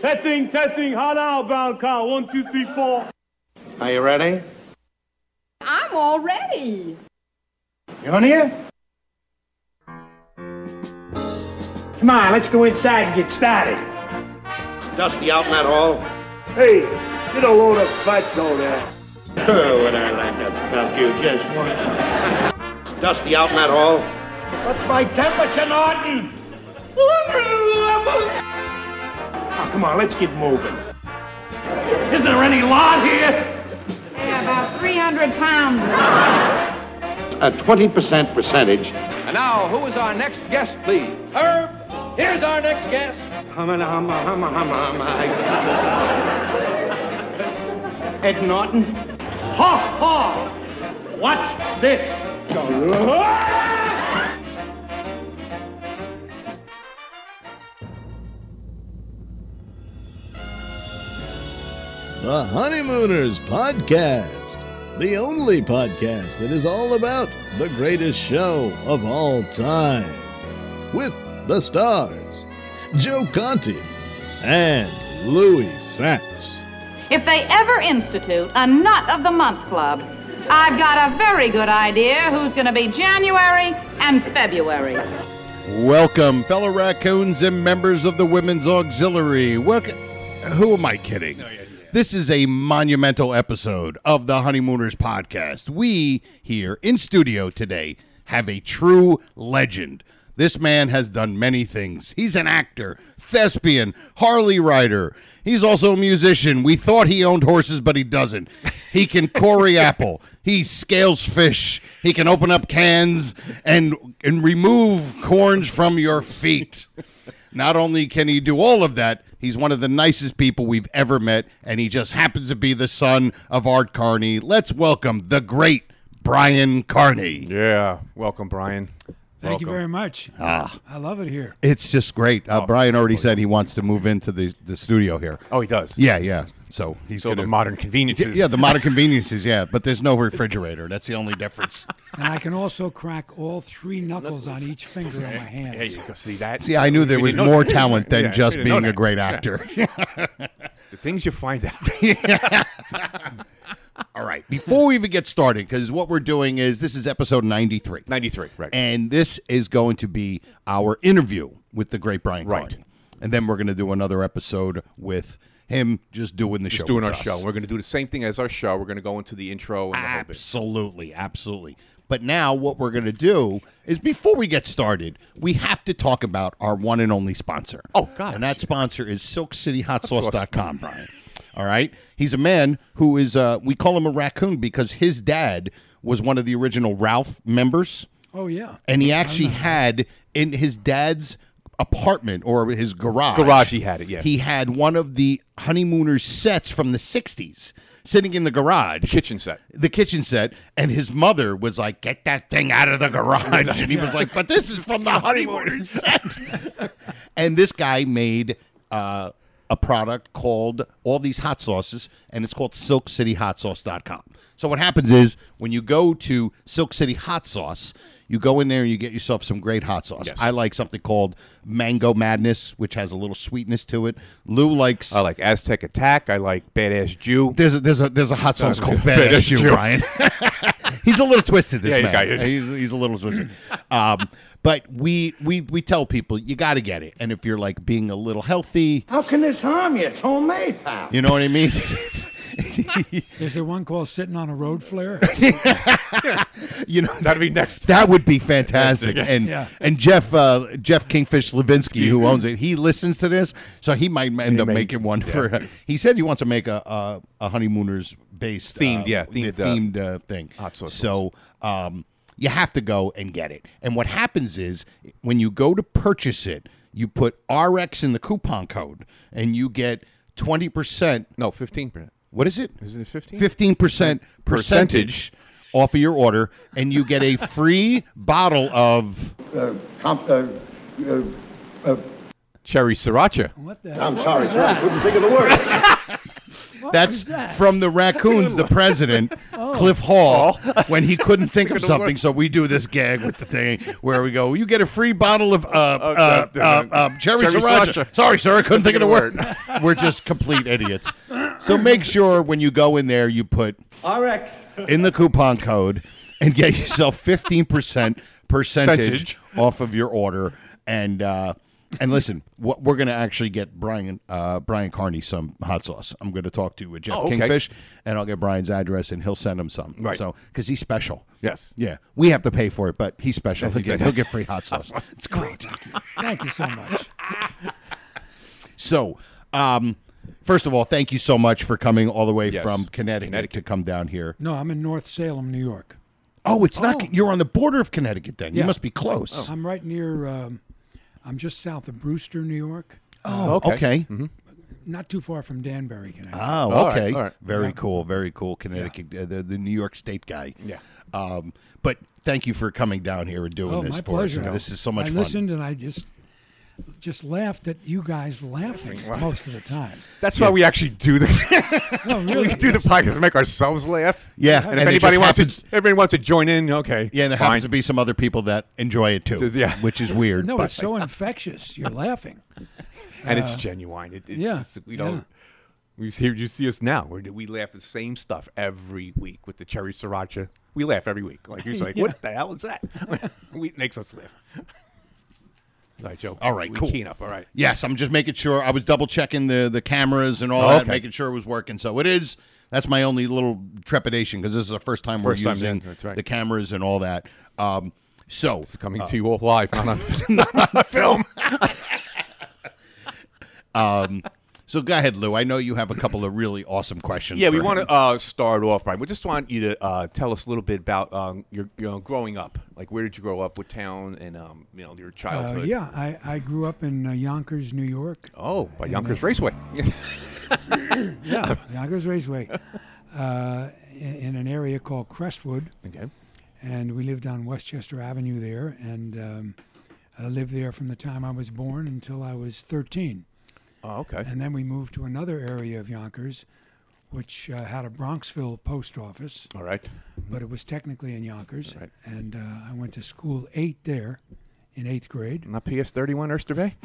Testing, testing, hot outbound count. One, two, three, four. Are you ready? I'm all ready. You on here? Come on, let's go inside and get started. Dusty out in that hall. Hey, get a load of fat over there. Oh, would I like to belt you just once. Dusty out in that hall. What's my temperature, Norton? 111! Oh, come on, let's get moving. Isn't there any lot here? Yeah, about 300 pounds. A 20% percentage. And now, who is our next guest, please? Herb, here's our next guest. Humma, humma, humma, humma, humma. Ed Norton? Ha ha! Watch this! The Honeymooners Podcast, the only podcast that is all about the greatest show of all time. With the stars, Joe Conti and Louis Fats. If they ever institute a Nut of the Month Club, I've got a very good idea who's going to be January and February. Welcome, fellow raccoons and members of the Women's Auxiliary. Welcome. Who am I kidding? This is a monumental episode of the Honeymooners podcast. We here in studio today have a true legend. This man has done many things. He's an actor, thespian, Harley rider. He's also a musician. We thought he owned horses, but he doesn't. He can Corey Apple. He scales fish. He can open up cans and and remove corns from your feet. Not only can he do all of that, he's one of the nicest people we've ever met, and he just happens to be the son of Art Carney. Let's welcome the great Brian Carney. Yeah, welcome, Brian. Thank you very much. Ah. I love it here. It's just great. Uh, Brian already said he wants to move into the the studio here. Oh, he does. Yeah, yeah. So he's So the gonna- modern conveniences. Yeah, the modern conveniences. Yeah, but there's no refrigerator. That's the only difference. And I can also crack all three knuckles on each finger of my hands. There you go. See that? See, I knew there We was didn't know more that. talent than Yeah, we just didn't know being a that. great Yeah. actor. The things you find out. All right. Before we even get started, because what we're doing is this is episode 93. 93, right. And this is going to be our interview with the great Brian Right. Carney. And then we're going to do another episode with him just doing the show. Just doing with our us. show. We're going to do the same thing as our show. We're going to go into the intro and the whole bit. Absolutely, absolutely. But now what we're going to do is before we get started, we have to talk about our one and only sponsor. Oh gosh. And that sponsor is silkcityhotsauce.com, Brian. All right? He's a man who is uh we call him a raccoon because his dad was one of the original Ralph members Oh, yeah. and he actually had in his dad's apartment or his garage. Garage, he had it, yeah. He had one of the honeymooners sets from the 60s sitting in the garage Kitchen set. the kitchen set, and his mother was like, "Get that thing out of the garage," and he was like, "But this is from the honeymoon set." and this guy made uh, a product called all these hot sauces, and it's called SilkCityHotSauce.com. So what happens is when you go to Silk City Hot Sauce, you go in there and you get yourself some great hot sauce. I like something called Mango Madness, which has a little sweetness to it. Lou likes. I like Aztec Attack. I like Badass Jew. There's a there's a there's a hot sauce Uh, called Badass Badass Jew, Jew. Brian. he's a little twisted. This Yeah, you man, got it. he's he's a little twisted. um, but we we we tell people you got to get it, and if you're like being a little healthy, How can this harm you? It's homemade, pal. you know what I mean. Is there one called Sitting on a Road Flare? you know That'll be next. That would be fantastic. And Yeah. and Jeff uh, Jeff Kingfish Levinsky, who owns it, he listens to this, so he might end up may- making one for. He said he wants to make a a, a honeymooners based Themed, yeah, themed themed, the uh, themed uh, thing. hot sauce So. Um, you have to go and get it. And what happens is when you go to purchase it, you put RX in the coupon code and you get 20%. No, 15%. What is it? Isn't it 15? fifteen percent percentage Percentage. off of your order, and you get a free bottle of. Uh, comp, uh, uh, Cherry Sriracha. What the I'm what sorry, was sir. I that? couldn't think of the word. What That's was that? from the raccoons, the president, Oh. Cliff Hall, when he couldn't think of Couldn't something. work. So we do this gag with the thing where we go, you get a free bottle of uh, uh, uh, uh, uh, cherry, cherry sriracha. sriracha. Sorry, sir, I couldn't think of the word. We're just complete idiots. So make sure when you go in there, you put RX. in the coupon code and get yourself 15% percentage Percentage. off of your order and uh and listen, what we're going to actually get Brian uh, Brian Carney some hot sauce. I'm going to talk to uh, Jeff Oh, okay. Kingfish, and I'll get Brian's address, and he'll send him some. Right. So, because he's special. Yes. Yeah. We have to pay for it, but he's special. Yes, He'll he get, does. he'll get free hot sauce. it's great. Thank you so much. So, um, first of all, thank you so much for coming all the way Yes. from Connecticut, to come down here. No, I'm in North Salem, New York. Oh, it's not. You're on the border of Connecticut, then. Yeah. Oh. You must be close. I'm right near. Um, I'm just south of Brewster, New York. Oh, okay. okay. Mhm. Not too far from Danbury, Connecticut. Oh, okay. Very cool. Very cool. Connecticut, uh, the, the New York State guy. Yeah. Um, but thank you for coming down here and doing oh, this my for pleasure. us. This is so much I fun. listened and I just just laughed at you guys laughing most of the time. That's why we actually do the No, we really. do the podcast to make ourselves laugh. Yeah, and, and it if anybody just wants happens- to, everybody wants to join in. Okay, yeah, and there happens to be some other people that enjoy it too, Says, yeah. which is weird. No, but- it's so infectious. You're laughing. and it's Uh, genuine. It, it's, yeah, we don't. yeah. We see you see us now. Where we laugh at the same stuff every week with the cherry sriracha. We laugh every week. Like you're like, Yeah. what the hell is that? we, it makes us laugh. All right, Joe. All right, we cool. Keen up. All right. Yes, I'm just making sure. I was double checking the the cameras and all Oh, that, okay. making sure it was working. So it is. That's my only little trepidation because this is the first time First we're time, yeah, using that's right. the cameras and all that. Um, so it's coming to you all live, not on, not on film. um, so go ahead, Lou. I know you have a couple of really awesome questions. Yeah, we for want him. to uh, start off, Brian. We just want you to uh, tell us a little bit about um, your you know, growing up. Like, where did you grow up? What town? And um, you know, your Uh, childhood. yeah, I, I grew up in uh, Yonkers, New York. Oh, by And, Yonkers uh, Raceway. yeah, Yonkers Raceway, uh, in, in an area called Crestwood. Okay. And we lived on Westchester Avenue there, and um, I lived there from the time I was born until I was 13. Oh, okay. And then we moved to another area of Yonkers, which uh, had a Bronxville post office. All right. But it was technically in Yonkers, and uh, I went to school eight there, in eighth grade. Not PS31 Erster Bay?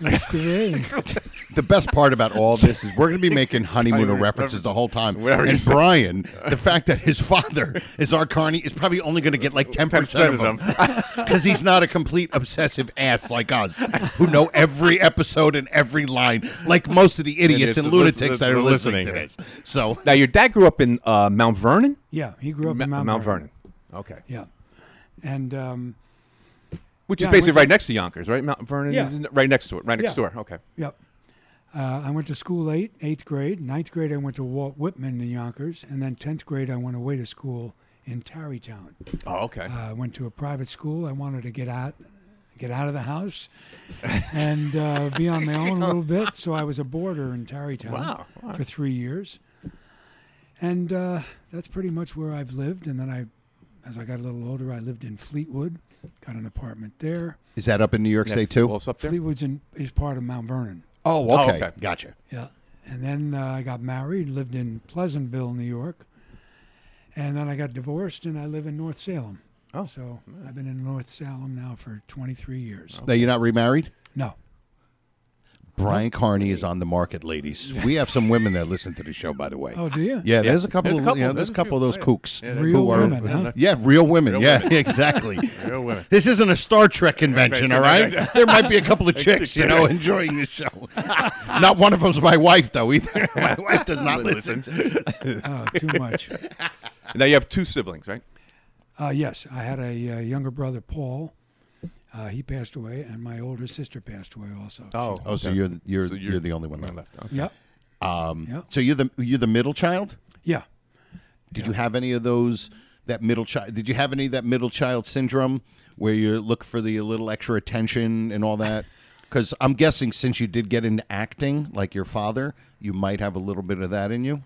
the best part about all this is we're going to be making honeymooner Honeymoon references the whole time. Whatever you And say. Brian, the fact that his father is our Carney is probably only going to get like 10% of them because he's not a complete obsessive ass like us who know every episode and every line, like most of the idiots it's- and it's- lunatics it's- that are we're listening, listening. to this. So now, your dad grew up in uh, Mount Vernon. Yeah, he grew up in Ma- Mount, Vernon. Okay. Yeah, and um, Which yeah, I is basically went right to- next to Yonkers, right? Mount Vernon Yeah. is right next to it, right next Yeah. door. Okay. Yep. Uh, I went to school eight, eighth grade. Ninth grade, I went to Walt Whitman in Yonkers, and then tenth grade, I went away to school in Tarrytown. Oh, okay. Uh, I went to a private school. I wanted to get out, get out of the house, and uh, be on my own a little bit. So I was a boarder in Tarrytown Wow, all right. for three years, and uh, that's pretty much where I've lived. And then I, as I got a little older, I lived in Fleetwood, got an apartment there. is that up in New York That's- State too? well, it's up there. Fleetwood's in, is part of Mount Vernon. Oh, okay. Oh, okay. Gotcha. Yeah. And then uh, I got married, lived in Pleasantville, New York. And then I got divorced and I live in North Salem. Oh. So I've been in North Salem now for 23 years. Now you're not remarried? No. Brian Carney is on the market, ladies. We have some women that listen to the show, by the way. Oh, do you? Yeah, there's a couple There's a of couple. you know, there's a There's a couple of those few. kooks. Yeah, Real women, huh? Yeah, real women. Real yeah, women. exactly. Real women. This isn't a Star Trek convention, all right? There might be a couple of chicks, you know, enjoying this show. Not one of them's my wife, though, either. My wife does not listen. to this. Oh, too much. Now, you have two siblings, right? Uh, yes, I had a uh, younger brother, Paul. Uh, he passed away, and my older sister passed away also. Oh. Oh, so okay. you're you're So you're, you're- the only one left. She- Yep. Um, Yeah. So you're the you're the middle child. Yeah. Did you have any of those that middle child? Did you have any of that middle child syndrome where you look for the little extra attention and all that? Because I'm guessing since you did get into acting like your father, you might have a little bit of that in you.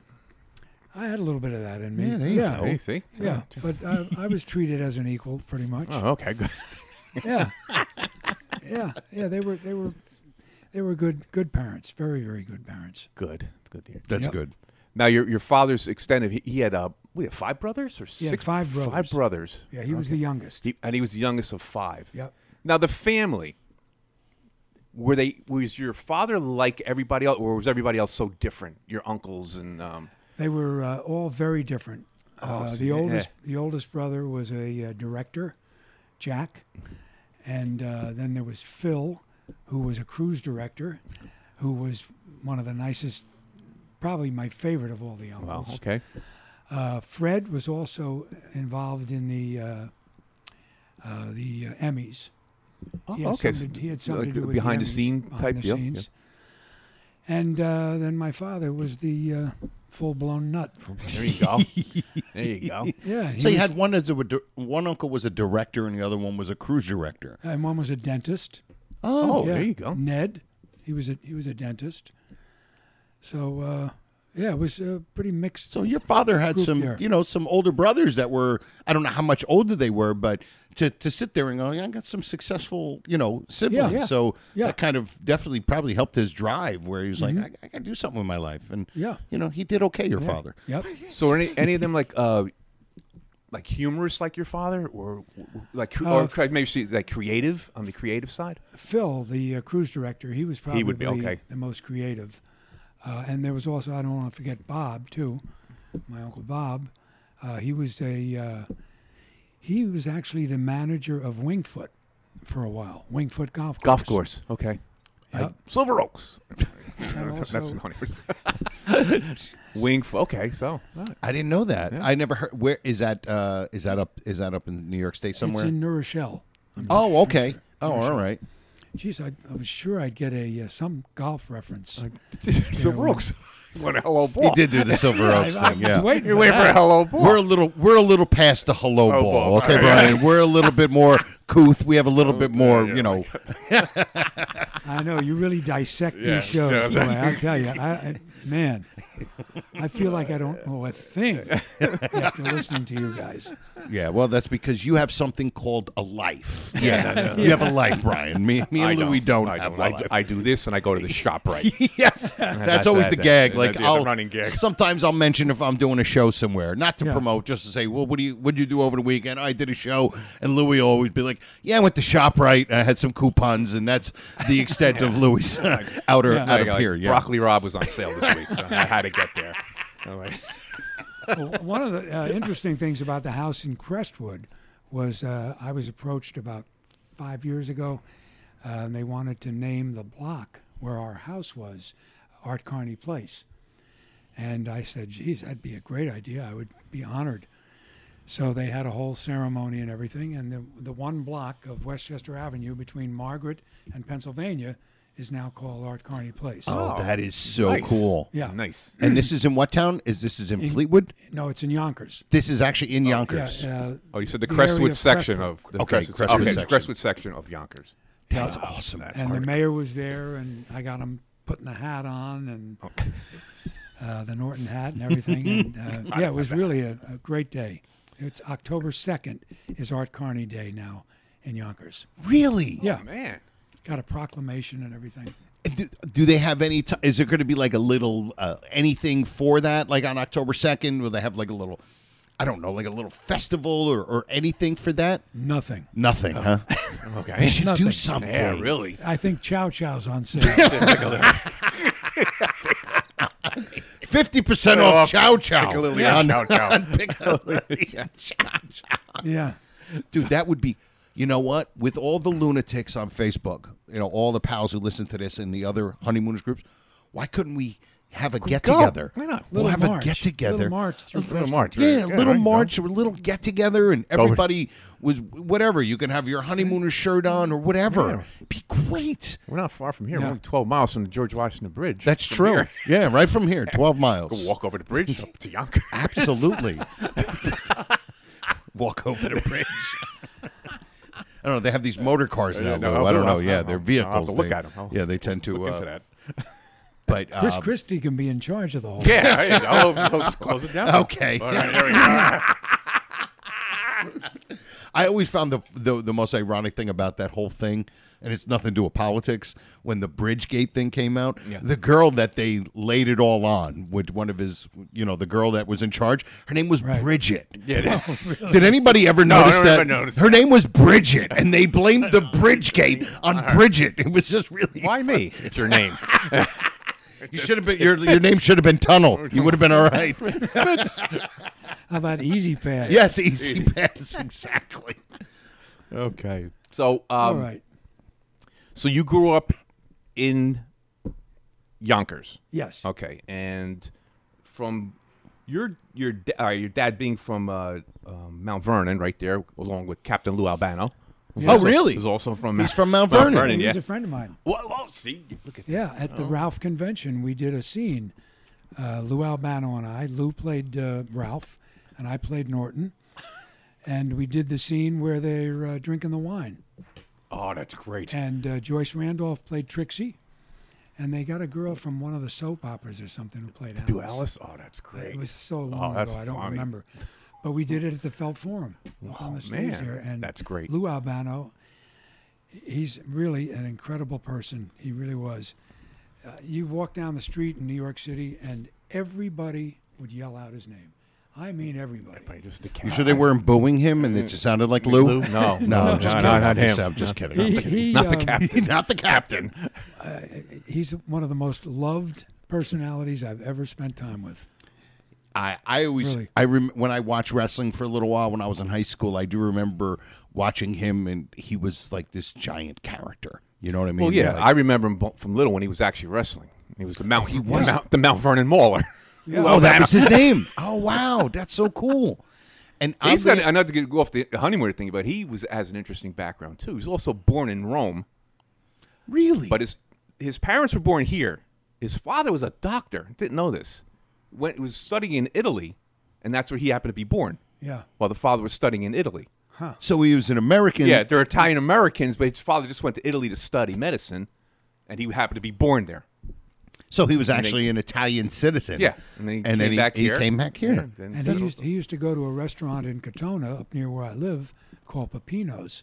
I had a little bit of that in me. Yeah, there you yeah. go. Hey, see? Yeah, but I, I was treated as an equal, pretty much. Oh, okay. Good. yeah, yeah, yeah. They were they were they were good good parents. Very very good parents. Good. It's good to hear. That's Yep. good. Now your your father's extended. He, he had uh, we had five brothers or six. He had five Five brothers. brothers. Yeah, he was the youngest. He, and he was the youngest of five. Yep. Now the family. Were they? Was your father like everybody else, or was everybody else so different? Your uncles and um, They were uh, all very different. Oh, uh, so the yeah. oldest, the oldest brother was a uh, director, Jack, and uh, then there was Phil, who was a cruise director, who was one of the nicest, probably my favorite of all the uncles. okay. Uh, Fred was also involved in the uh, uh, the uh, Emmys. Oh, he had okay. something to- he had So, something like, to do with behind the, the Emmys, scene behind type the deal? scenes. And uh, then my father was the uh, full blown nut. There you go. there you go. Yeah, he So you was- had one as a di- one uncle was a director and the other one was a cruise director. And one was a dentist. Oh, there you go. Ned, he was a he was a dentist. So uh, yeah, it was uh, pretty mixed. So your father had group some, there. you know, some older brothers that were I don't know how much older they were, but to, to sit there and go, yeah, I got some successful, you know, siblings. Yeah. So Yeah. Mm-hmm. that kind of definitely probably helped his drive where he was like, I, I got to do something with my life, and Yeah. you know, he did okay. Your Yeah. father, Yep. So were any any of them like uh like humorous like your father or like cre- Uh, or cre- maybe she's like creative on the creative side? Phil, the uh, cruise director, he was probably He would be okay. the most creative. Uh, and there was also I don't want to forget Bob too, my uncle Bob. Uh, he was a uh, he was actually the manager of Wingfoot for a while. Wingfoot golf course. Golf course. Okay. Yep. Silver Oaks. also- That's funny. Wing. Okay, so all right. I didn't know that. I never heard. Where is that? Uh, is that up? Is that up in New York State somewhere? It's in New Rochelle. I'm oh, not okay. sure. Oh, New Rochelle. all right. Jeez, I, I was sure I'd get a uh, some golf reference. Silver Oaks. What a hello ball. He did do the Silver Oaks I- I thing. was Yeah. waiting You're for waiting for a that. hello ball. We're a little we're a little past the hello Hello ball, balls, okay, all right. Brian. We're a little bit more couth. We have a little bit more, you know. I know you really dissect Yeah, these shows. yeah, boy, I'll tell you, I, I, man, I feel like I don't know a thing after listening to you guys. Yeah, well, that's because you have something called a life. Yeah, you have a life, Brian. Me, me I and Louie don't, I, have don't. a I, life. do- I do this and I go to the shop right. yes, that's, always the that- gag. that- Like that's the I'll running gag. sometimes I'll mention if I'm doing a show somewhere, not to Yeah. promote, just to say, well, what do you what would you do over the weekend? I did a show, and Louis will always be like, yeah, I went to shop right. I had some coupons, and that's the extent of Louis outer Yeah. out Like, of like, here. Yeah. Broccoli Rob was on sale this week. So I had to get there. I'm like, Well, One of the uh, interesting things about the house in Crestwood was uh, I was approached about five years ago, uh, and they wanted to name the block where our house was Art Carney Place. And I said, geez, that'd be a great idea. I would be honored. So they had a whole ceremony and everything. And the, the one block of Westchester Avenue between Margaret and Pennsylvania is now called Art Carney Place. Oh, that is so nice. cool. yeah. nice. And this is in what town? Is this is in, Fleetwood? No, it's in Yonkers. This is actually in Yeah, Yonkers. uh, Oh, you said the, the area Crestwood of section Crestwood. of the Okay, Crestwood, Crestwood okay, section. Crestwood section of Yonkers. That's awesome. That's and the mayor was there, and I got him putting the hat on and Oh. uh, the Norton hat and everything. And uh, yeah, it was really a, a great day. It's October second is Art Carney Day now in Yonkers. really? Yeah, Oh, Man. got a proclamation and everything. Do, do they have any? T- is there going to be like a little uh, anything for that? Like on October second, will they have like a little? I don't know, like a little festival or, or anything for that? Nothing. Nothing, huh? Okay. Should Nothing. do something. Yeah, really. I think Chow Chow's on sale. Fifty percent off Chow Chow. Piccalilli on, Chow Chow. on Piccalilli Chow Chow. yeah, dude that would be you know what with all the lunatics on facebook you know all the pals who listen to this and the other honeymooners groups why couldn't we have a get together Why not? we'll Little have march. a get together Little march through Bristol. march. yeah, Yeah, a there little you go. march or a little get together and everybody was whatever you can have your honeymooner shirt on or whatever be great We're not far from here. Yeah. We're only 12 miles from the George Washington Bridge. that's From true here. yeah right from here 12 Go miles walk over the bridge up to Yonkers. Absolutely. Walk over the bridge. I don't know. They have these motor cars now. Yeah, no, though. I don't know. I'll- Yeah, I'll- they're I'll have vehicles. to look They- at 'em. I'll Yeah, they tend to. Look uh, into that. But Chris um, Christie can be in charge of the whole. Yeah, all right, I'll, I'll just close it down. okay. All right, there we go. I always found the, the the most ironic thing about that whole thing, and it's nothing to do with politics. When the Bridgegate thing came out, the girl that they laid it all on with one of his, you know, the girl that was in charge, her name was Bridget. Yeah. Did anybody ever No, I notice don't that? ever notice her name was Bridget, and they blamed the Bridgegate on Bridget. It was just really why me? It's your name. you should have been your, your name should have been Tunnel. You would have been all right. How about Easy Pass? Yes, Easy Pass, exactly. Okay. So, um, All right. So you grew up in Yonkers. Yes. Okay, and from your your da- uh, your dad being from uh, um, Mount Vernon, right there, along with Captain Lou Albano. who's Yeah. Oh, also- really? Who's also from He's from Mount Vernon. He yeah. was a friend of mine. Whoa, whoa, see, look at Yeah, at the Ralph convention, we did a scene. Uh, Lou Albano and I. Lou played uh, Ralph, and I played Norton. And we did the scene where they're uh, drinking the wine. Oh, that's great. And uh, Joyce Randolph played Trixie. And they got a girl from one of the soap operas or something who played Alice. do Alice? Oh, that's great. It was so Oh, long that's ago, I don't funny. Oh, remember. But we did it at the Felt Forum up on the stage man, there. And that's great. Lou Albano, he's really an incredible person. He really was. Uh, you walk down the street in New York City, and everybody would yell out his name. I mean, everybody. just You sure they weren't booing him and it just sounded like Lou? Lou? No. no, I'm just kidding. No, no, not him. I'm just kidding. He- I'm kidding. he, um, not the captain. Uh, he's one of the most loved personalities I've ever spent time with. I, I always Really? I rem- when I watched wrestling for a little while when I was in high school, I do remember watching him and he was like this giant character. You know what I mean? Well, yeah, Like- I remember him bo- from little when he was actually wrestling. He was the Mount. He was the Mount, the Mount Vernon Mauler. Oh, that was his name. Oh wow, that's so cool. And He's oddly- got another to go off the honeymoon thing, but he was has an interesting background too. He was also born in Rome, really, but his his parents were born here. His father was a doctor. Didn't know this. Went was studying in Italy, and that's where he happened to be born. Yeah. While the father was studying in Italy. so he was an American. Yeah, they're Italian Americans, but his father just went to Italy to study medicine, and he happened to be born there. So he was And they- actually an Italian citizen. Yeah, and then he came then he, back he here. came back here. Yeah, then And he used, he used to go to a restaurant in Katona up near where I live called Pepino's,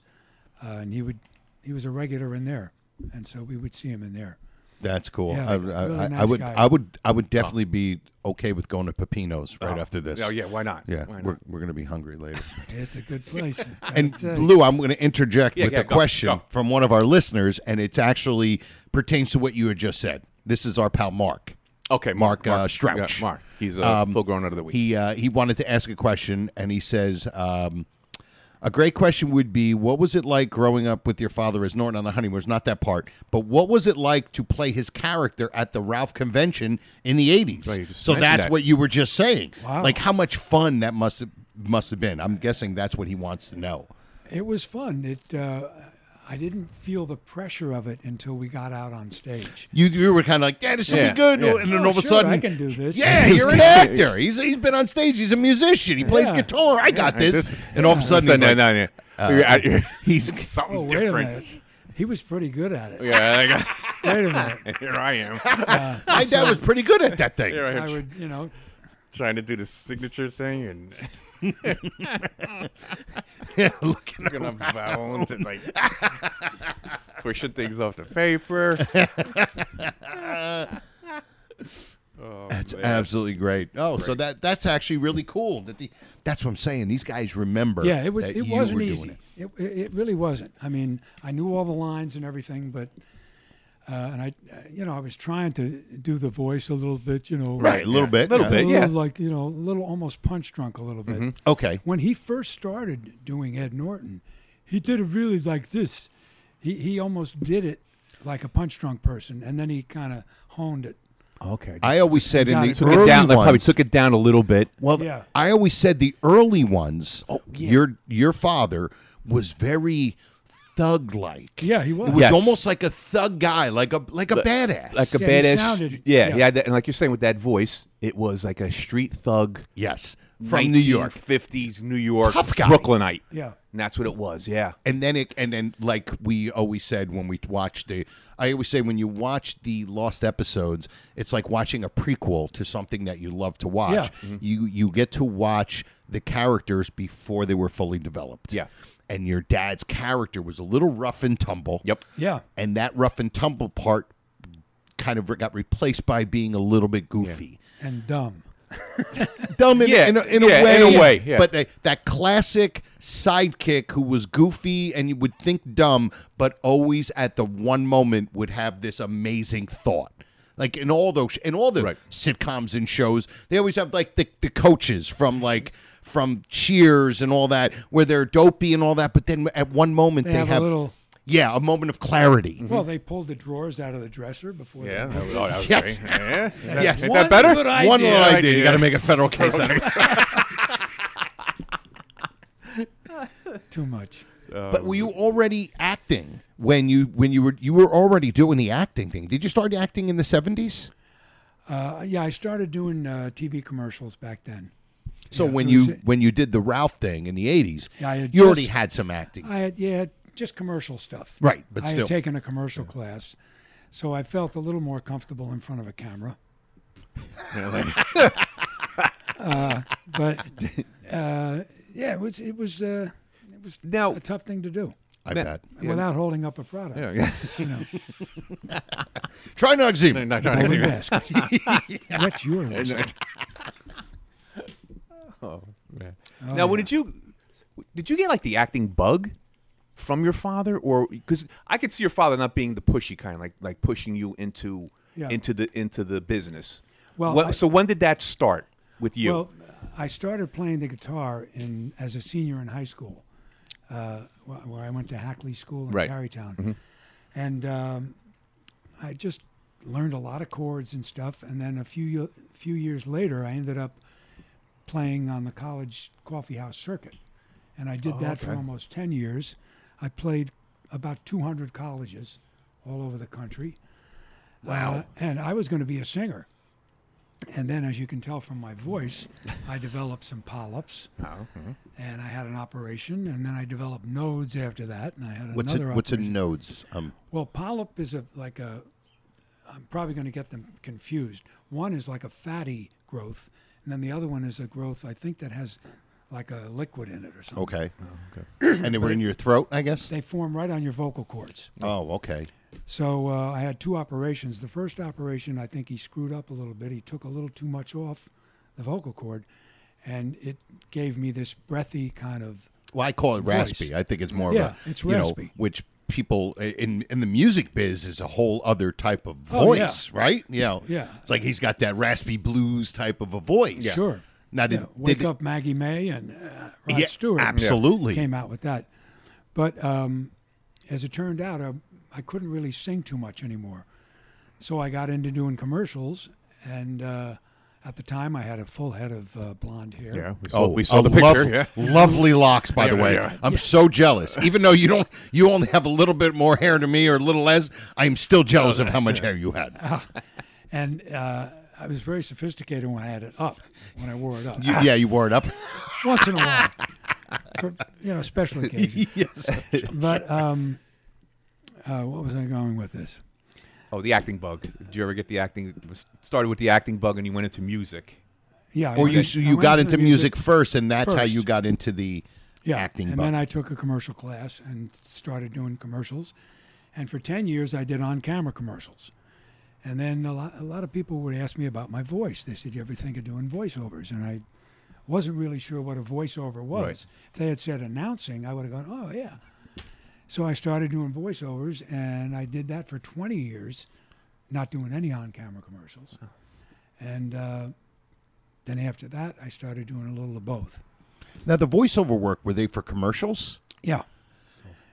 uh, and he would he was a regular in there, and so we would see him in there. That's cool. Yeah, I, like, I, really I- I nice would, guy. I would, I would definitely be okay with going to Pepino's right Oh. after this. Oh, yeah, why not? Yeah, Why we're we're gonna be hungry later. It's a good place. gotta and tell you. Lou, I'm going to interject Yeah, with yeah, a go, question go. from one of our listeners, and it actually pertains to what you had just said. This is our pal Mark. Okay, Mark, Mark, Um, uh, Mark. Strouch. Yeah, Mark. He's uh, a full-grown adult of the week. He uh, he wanted to ask a question, and he says. Um, a great question would be what was it like growing up with your father as Norton on the honeymooners not that part but what was it like to play his character at the Ralph convention in the 80s Right, you just so mentioned that's that. what you were just saying Wow. like how much fun that must have must have been I'm guessing that's what he wants to know It was fun. It uh, I didn't feel the pressure of it until we got out on stage. You, you were kind of like, yeah, this will Yeah, be good. yeah. And then Oh, all of a sure, sudden, I can do this. Yeah, And he you're an was actor. He's, he's been on stage. He's a musician. He plays Yeah. guitar. I got this. And all of a sudden, No, he's no, like, no, no. You're out- you're- he's something Oh wait different. a minute, he was pretty good at it. Yeah, Wait a minute, like, here I am my dad was pretty good at that thing. Here I am. I would you know trying to do the signature thing and Yeah, looking at gonna vowel into like pushing things off the paper. That's absolutely great. Oh, so that that's actually really cool. That the, that's what I'm saying. These guys remember. Yeah, it was. that It you wasn't were doing easy. it. It. It, it really wasn't. I mean, I knew all the lines and everything, but uh, and I, uh, you know, I was trying to do the voice a little bit, you know, Right, a little bit. Little yeah. Mm-hmm. bit. yeah. like you know, a little almost punch drunk a little bit. Okay. When he first started doing Ed Norton, he did it really like this. He he almost did it like a punch drunk person, and then he kind of honed it. Okay. I always said in Got the it. took early it down. Like, probably ones- took it down a little bit. Well, Yeah. Oh, I always said the early ones. Your your father was very thug like. Yeah, he was. It was Yes. almost like a thug guy, like a like a badass. Like a Yeah, he badass. sounded- yeah, yeah. yeah. that- and like you're saying with that voice, it was like a street thug yes, from New York. 50s New York, Tough guy. Brooklynite. Yeah. and that's what it was. Yeah. And then it and then like we always said when we watched the I always say when you watch the lost episodes, it's like watching a prequel to something that you love to watch. Yeah. You you get to watch the characters before they were fully developed. Yeah. and your dad's character was a little rough and tumble. Yep. Yeah. And that rough and tumble part kind of got replaced by being a little bit goofy. and dumb. Dumb in, Yeah, in, a, in a yeah, way. in a way, yeah. But that, that classic sidekick who was goofy and you would think dumb, but always at the one moment would have this amazing thought. Like in all those in all the sitcoms and shows, they always have like the, the coaches from like from Cheers and all that, where they're dopey and all that, but then at one moment They they, have a little- yeah, a moment of clarity. Well, they pulled the drawers out of the dresser before. Mm-hmm. Yeah, the that movie. was- oh, that was Yes. great. Yeah. Is that- Yes. is One that better? good One idea. little Good idea. You idea. gotta make a federal case out of Too much. but were you already acting when you when you were you were already doing the acting thing? Did you start acting in the seventies? Uh, yeah, I started doing uh, TV commercials back then. So Yeah, when it was- you when you did the Ralph thing in the eighties, Yeah, I you had already just- had some acting. I had, yeah, just commercial stuff. Right, but I still. had taken a commercial class, so I felt a little more comfortable in front of a camera. uh, but uh, yeah, it was it was uh, it was now, a tough thing to do. I Now- bet. And Without holding up a product. Yeah, yeah. You know. Try Noxzema. No, not Golden Noxzema. Mask. What's your And- list? Oh man. Oh, now, what did you did you get like the acting bug from your father, or because I could see your father not being the pushy kind, like like pushing you into Yeah. into the into the business. Well, What- I- so when did that start with you? Well, I started playing the guitar in as a senior in high school, uh, wh- where I went to Hackley School in Right. Tarrytown, Mhm. and um, I just learned a lot of chords and stuff. And then a few yo- few years later, I ended up playing on the college coffee house circuit, and I did Oh, that for okay. almost ten years. I played about two hundred colleges all over the country. Uh, Wow. and I was going to be a singer. And then, as you can tell from my voice, I developed some polyps. Oh, And I had an operation, and then I developed nodes after that, and I had What's a, another. what's a operation. nodes? Um, Well, polyp is a like a. I'm probably going to get them confused. One is like a fatty growth, and then the other one is a growth I think that has like a liquid in it or something. okay. Oh, okay. and they were in your throat, I guess. They form right on your vocal cords. Oh, okay. So uh, I had two operations. The first operation, I think he screwed up a little bit. He took a little too much off the vocal cord, and it gave me this breathy kind of. Well, I call it voice. raspy. I think it's more yeah, of a it's you know, raspy. which people i- in in the music biz is a whole other type of Oh, yeah. voice, right? You know, Yeah. It's like he's got that raspy blues type of a voice. Sure. Now, did, did Yeah, uh, Wake Up Maggie May and uh, Rod Yeah, Stewart. absolutely. Came out with that. But um, as it turned out, I, I couldn't really sing too much anymore. So I got into doing commercials. And uh, at the time, I had a full head of uh, blonde hair. Yeah, we Oh, a lov- Lovely locks, by the Yeah, way. yeah. I'm so jealous. Even though you don't, you only have a little bit more hair than me, or a little less. I am still jealous of how much hair you had. and uh, I was very sophisticated when I had it up, when I wore it up. You- yeah, you wore it up. once in a while, for, you know, special occasions. Yes, I'm but sure. um, uh, what was I going with this? oh, the acting bug. Did you ever get the acting? Started with the acting bug, and you went into music. Yeah, I Or went- you so I you went got into into music music first, and that's how first. you got into the Yeah, acting. and bug. then I took a commercial class and started doing commercials, and for ten years I did on-camera commercials, and then a lot, a lot of people would ask me about my voice. They said, "You ever think of doing voiceovers?" And I wasn't really sure what a voiceover was. Right. If they had said announcing, I would have gone, "Oh yeah." So I started doing voiceovers, and I did that for 20 years, not doing any on-camera commercials, and uh, then after that I started doing a little of both. now the voiceover work were they for commercials? Yeah.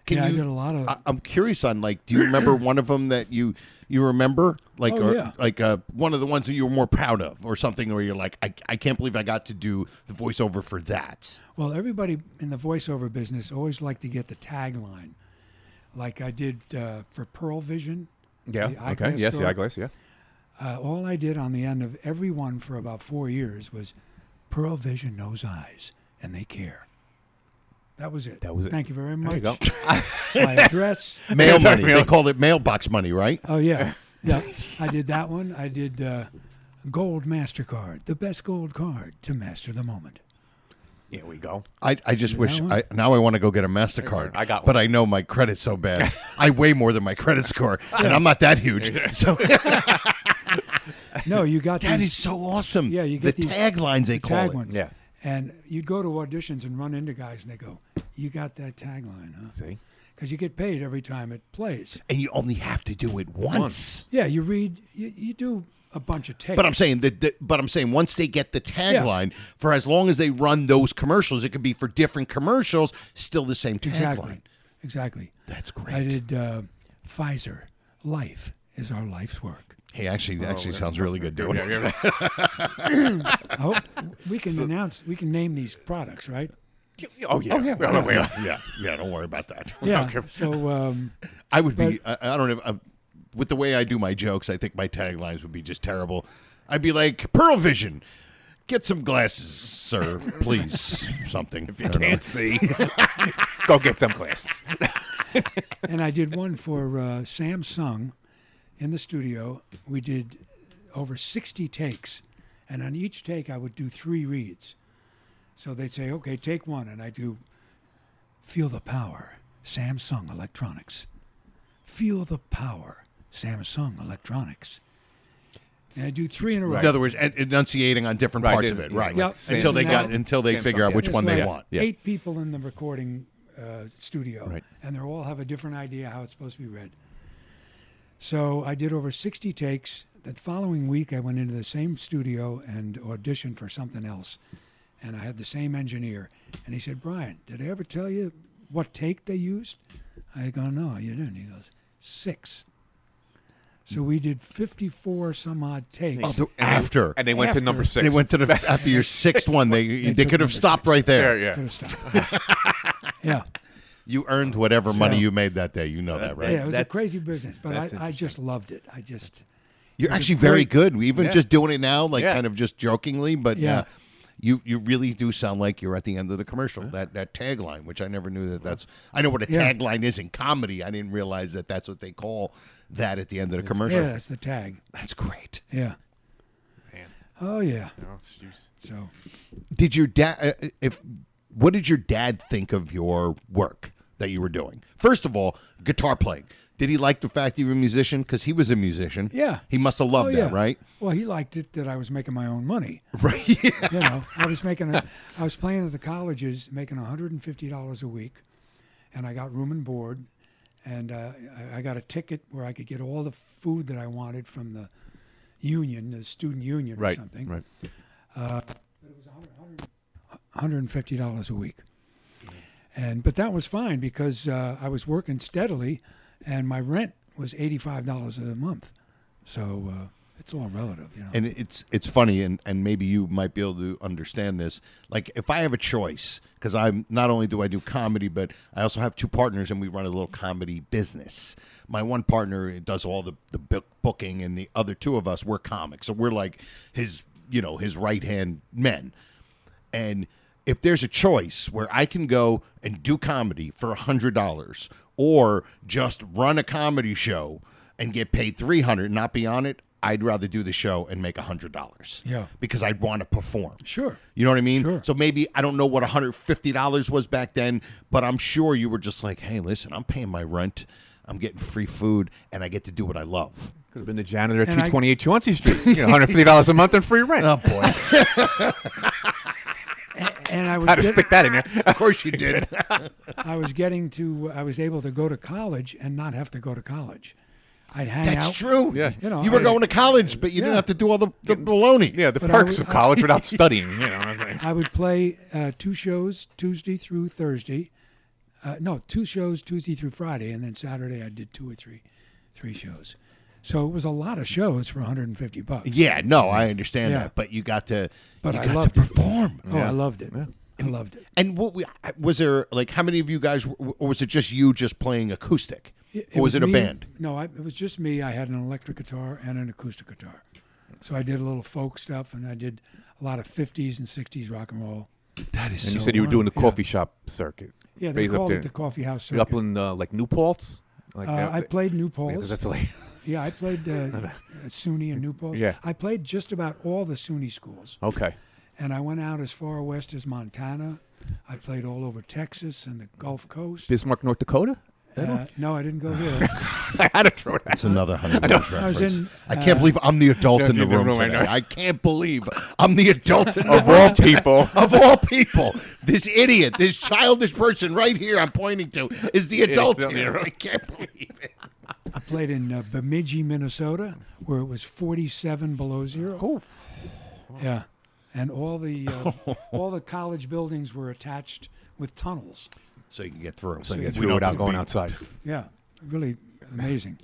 Can yeah, you- I did a lot of. I, I'm curious on like, do you remember one of them that you you remember like Oh, or, yeah. like uh, one of the ones that you were more proud of or something where you're like, I, I can't believe I got to do the voiceover for that. Well, everybody in the voiceover business always like to get the tagline. Like I did uh, for Pearl Vision. Yeah, the okay, eyeglass yes, the store. eyeglass, yeah. Uh, all I did on the end of every one for about four years was Pearl Vision knows eyes and they care. That was it. That was it. Thank you very much. There you go. My address. Mail money. They called it mailbox money, right? Oh yeah, yeah. I did that one. I did uh, Gold Mastercard, the best gold card to master the moment. Here we go. I, I just You wish know I now I want to go get a Mastercard. I got, but I know my credit's so bad. I weigh more than my credit score, and I'm not that huge. So no, you got That these- is so awesome. Yeah, you get the these, taglines they the call tag it. one. and you'd go to auditions and run into guys, and they go, "You got that tagline, huh?" See, because you get paid every time it plays, and you only have to do it once. Yeah, you read, you, you do a bunch of tapes. But I'm saying that. that- But I'm saying once they get the tagline, for as long as they run those commercials, it could be for different commercials, still the same tagline. exactly, exactly. That's great. I did uh, Pfizer. Life is our life's work. Hey, actually, that Oh, actually yeah. sounds really good doing Yeah, it. I hope we can announce, we can name these products, right? Oh yeah, yeah, Well, yeah. yeah. yeah, yeah, Don't worry about that. Yeah, Okay. so, um, I would be. I, I don't know. uh, With the way I do my jokes, I think my taglines would be just terrible. I'd be like Pearl Vision. Get some glasses, sir, please. Something. If you can't see, go get some glasses. and I did one for uh, Samsung in the studio. We did over 60 takes, and on each take, I would do three reads. So they'd say, okay, take one, and I do Feel the Power, Samsung Electronics. Feel the Power, Samsung Electronics. And I do three in a row. In other words, en- enunciating on different Right, parts it- of it, yeah, right? like Yep. Until they Samsung. got until they Samsung, figure out yeah. which It's one they like- want. Yeah. eight people in the recording uh, studio, Right. and they all have a different idea how it's supposed to be read. So I did over 60 takes. That following week, I went into the same studio and auditioned for something else, and I had the same engineer, and he said, "Brian, did I ever tell you what take they used?" I go, "No, you didn't." He goes, six. So we did 54 some odd takes. Oh, the- after And they went to number six. They went to the after your sixth one. They they, took could have number stopped six. right there. Yeah, yeah. Could have stopped. yeah. You earned whatever So- money you made that day. You know that, right? Yeah, it was a crazy business, but that's I, I just loved it. I just You're it was a actually very great- good. Even Yeah. just doing it now, like Yeah. kind of just jokingly, but yeah. Yeah. you, you really do sound like you're at the end of the commercial. That that tagline, which I never knew that that's. I know what a Yeah. tagline is in comedy. I didn't realize that that's what they call that at the end of the commercial. Yeah, that's the tag. That's great. Yeah. Oh yeah. So Did your dad? uh, If what did your dad think of your work that you were doing? First of all, guitar playing. Did he like the fact you were a musician? Because he was a musician. Yeah. He must have loved Oh, that, yeah. right? Well, he liked it that I was making my own money. Right. You know, I was making a, I was playing at the colleges, making $150 a week, and I got room and board, and uh, I, I got a ticket where I could get all the food that I wanted from the union, the student union or Right, something. right. Uh, but it was 100 $150 a week. And but that was fine because uh, I was working steadily, and my rent was eighty-five dollars a month, so uh, it's all relative, you know. and it's it's funny and and maybe you might be able to understand this like if i have a choice because i'm not only do i do comedy but i also have two partners and we run a little comedy business my one partner does all the the book booking and the other two of us we're comics so we're like his you know his right hand men and if there's a choice where I can go and do comedy for $100 or just run a comedy show and get paid 300 and not be on it, I'd rather do the show and make $100. Yeah. Because I'd want to perform. Sure. You know what I mean? So maybe I don't know what $150 was back then, but I'm sure you were just like, "Hey, listen, I'm paying my rent, I'm getting free food, and I get to do what I love." Could have been the janitor at And I- 228 Chauncey Street. You know, 150 dollars a month and free rent. Oh boy! and, and I was How to getting- stick that in there? Of course you did. I was getting to, I was able to go to college and not have to go to college. I'd hang out. That's true. You, know, you were I- going to college, but you didn't Yeah. have to do all the, the baloney. Yeah, the But I perks would- of college without studying. You know, I would play uh, two shows Tuesday through Thursday. Uh, no, two shows Tuesday through Friday, and then Saturday I did two or three, three shows. So it was a lot of shows for 150 bucks. Yeah, no, I understand Yeah. that, but you got to, But you I got loved to it. perform. Oh, I loved it. I loved it. And what we, was there like? How many of you guys, were, or was it just you just playing acoustic, or was, it a me- band? No, I, it was just me. I had an electric guitar and an acoustic guitar, so I did a little folk stuff, and I did a lot of 50s and 60s rock and roll. That And you said you were doing the coffee shop circuit. Yeah, they based up called it there. the coffee house You're Up circuit. in uh, like New Paltz. Like, uh, I played New Yeah, Paltz. that's like yeah, I played uh, uh, SUNY and New Paltz. Yeah. I played just about all the SUNY schools. okay. And I went out as far west as Montana. I played all over Texas and the Gulf Coast. Bismarck, North Dakota. That Uh, one? no, I didn't go there. I had to throw that. That's another honeymoon I reference. know. I, I was in, can't uh, believe I'm the adult in the in the room, room, I today. know. I, can't believe I'm the adult in the Of room all today. people. of all people, this idiot, this childish person right here I'm pointing to is the Yeah, adult yeah. here. I can't believe it. I played in uh, Bemidji, Minnesota, where it was 47 below zero. Oh. Yeah. And all the uh, all the college buildings were attached with tunnels. So you can get through. So you get get through through without without going being- outside. Yeah, really amazing.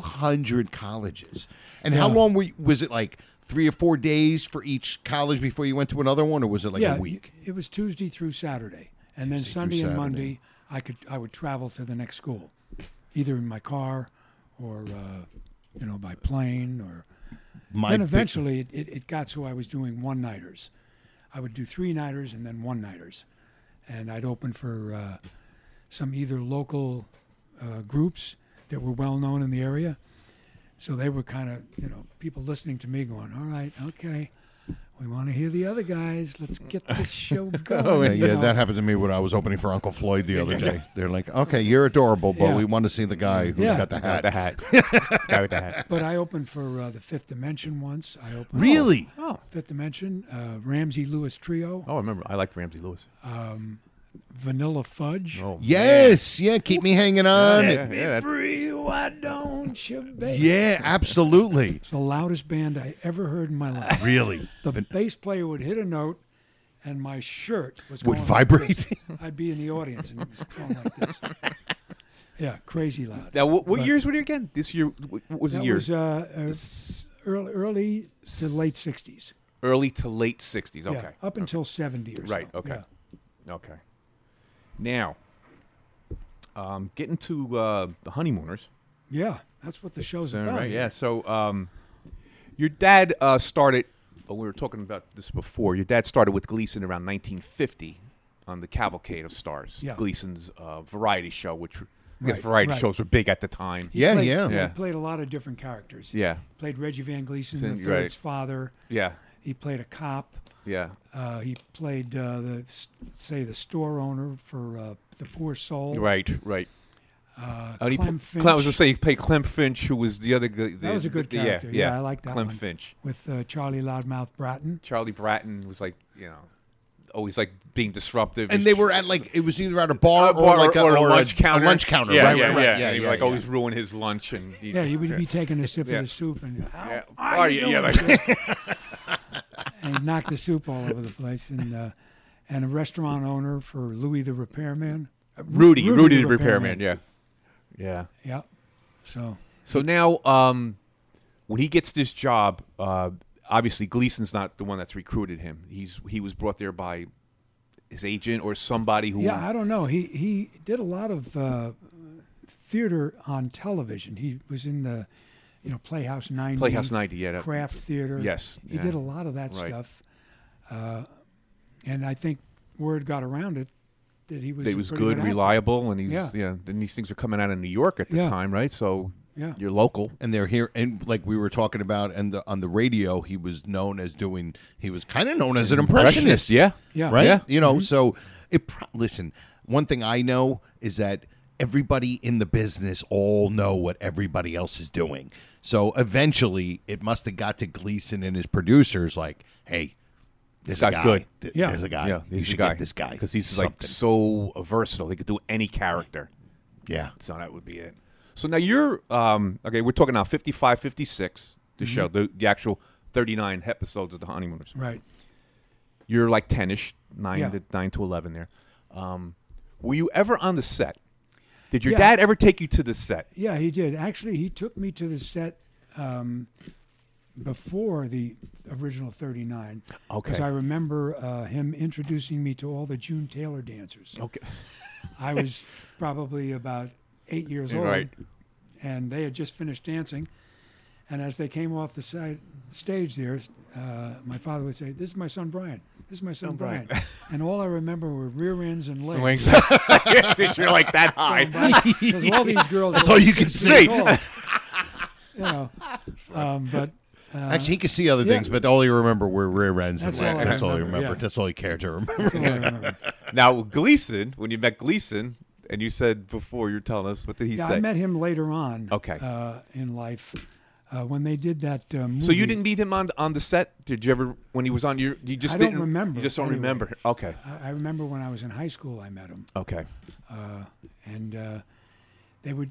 200 colleges. And how Yeah. long were you, was it like three or four days for each college before you went to another one, or was it like yeah, a week? It was Tuesday through Saturday, and then Tuesday through Sunday and Saturday. Monday, I could I would travel to the next school, either in my car, or uh, you know by plane, or My then big- eventually it, it, it got so I was doing one nighters. I would do three nighters and then one nighters, and I'd open for uh, some either local uh, groups that were well known in the area. So they were kind of you know people listening to me going, all right, okay. We want to hear the other guys. Let's get this show going. Oh, Yeah, you yeah, know. that happened to me when I was opening for Uncle Floyd the other day. They're like, "Okay, you're adorable, but Yeah. we want to see the guy who's Yeah. Oh. got the hat." Got the hat. Guy with the hat. But I opened for uh, the Fifth Dimension once. I opened Really? Oh, Fifth Dimension, uh, Ramsey Lewis Trio, oh, I remember. I liked Ramsey Lewis. Vanilla Fudge. Oh, Yes. Yeah. Keep me hanging on. yeah, Yeah. yeah, that- Free, why don't you, baby? absolutely. It's the loudest band I ever heard in my life. Really. The bass player would hit a note, and my shirt was Would going vibrate. Like this. I'd be in the audience and it was going like this. Yeah, crazy loud. Now, what, what But years were you again? This year, what what was the that year? was uh, uh, early, early to late '60s. Early to late '60s. Okay. Yeah, up until '70 or Right, so. okay. Yeah. Okay. Now, um, getting to uh, the honeymooners. Yeah, that's what the show's All about. right. Yeah. So, um, your dad uh, started. oh, we were talking about this before. Your dad started with Gleason around 1950 on the Cavalcade of Stars. Yeah. Gleason's uh, variety show, which yeah, Right, variety right. shows were big at the time. Yeah. Played- yeah. He Yeah. played a lot of different characters. He Yeah. played Reggie Van Gleason, Then- the right. third's father. Yeah. He played a cop. Yeah. Uh, he played uh, the s- say the store owner for uh, the poor soul. Right. Right. Uh, And he Clem pl- Clem- I was Finch gonna say he played Clem Finch, who was the other. The, That was a good the- character. Yeah, Yeah, I like that Clem one. Finch. with uh, Charlie Loudmouth Bratton. Charlie Bratton was like, you know, always like being disruptive. And He's they were at like it was either at a bar, or like a, or or lunch counter. A lunch counter. Yeah, right, yeah, right, yeah. right. and he would like always ruin his lunch and he'd- Yeah, he would be taking a sip Yeah. of the soup and how Yeah. are Are you you- yeah, doing this?" and knock the soup all over the place. And uh, and a restaurant owner for Louis the Repairman. Uh, Ru- Rudy, Rudy, the repairman. Yeah, yeah. Yeah. So So now, um, when he gets this job, uh, obviously Gleason's not the one that's recruited him. He's he was brought there by his agent or somebody who. yeah, I don't know. He he did a lot of uh, theater on television. He was in the you know Playhouse 90. Playhouse 90, yeah, that- Craft Theater. Yes, He yeah. did a lot of that Right. stuff. Uh, and I think word got around it that he was that he a was pretty good, actor. reliable, and he's Yeah. yeah. And these things are coming out of New York at the Yeah. time, right? So Yeah. you're local. and they're here and like we were talking about and the, on the radio he was known as doing he was kind of known as an impressionist, Impressionist, yeah. Yeah. Mm-hmm. right Yeah. you know so it pro- listen one thing i know is that everybody in the business all know what everybody else is doing so eventually it must have got to gleason and his producers like hey this guy's guy, good. Th- Yeah. there's a guy Yeah, you he's should the guy. get this guy because he's like Something. so versatile. He could do any character. yeah So that would be it. So now you're um, okay. We're talking now 55, 56. The show, the, the actual thirty-nine episodes of the Honeymooners. Right. You're like ten-ish, nine Yeah. to nine to eleven there. Um, were you ever on the set? Did your Yeah. dad ever take you to the set? Yeah, he did. Actually, he took me to the set um, before the original 39. Because Okay. I remember uh, him introducing me to all the June Taylor dancers. Okay. I was probably about eight years old, Right. and they had just finished dancing. And as they came off the side, stage there, uh, my father would say, "This is my son Brian. This is my son Brian." and all I remember were rear ends and legs. you're like that high. Because all these girls. That's all you can see. You know, um, but Uh, Actually, he could see other yeah. things, but all he remember were rear ends That's and all I laps. That's all he remember, remembered. yeah. That's all he cared to remember. now Gleason, when you met Gleason, and you said before you're telling us what did he yeah, say? I met him later on. Okay. Uh, in life, uh, when they did that uh, movie. so you didn't meet him on on the set? Did you ever when he was on your? You just I don't didn't remember, You just don't anyway. remember. Okay. I, I remember when I was in high school, I met him. Okay. Uh, and uh, they would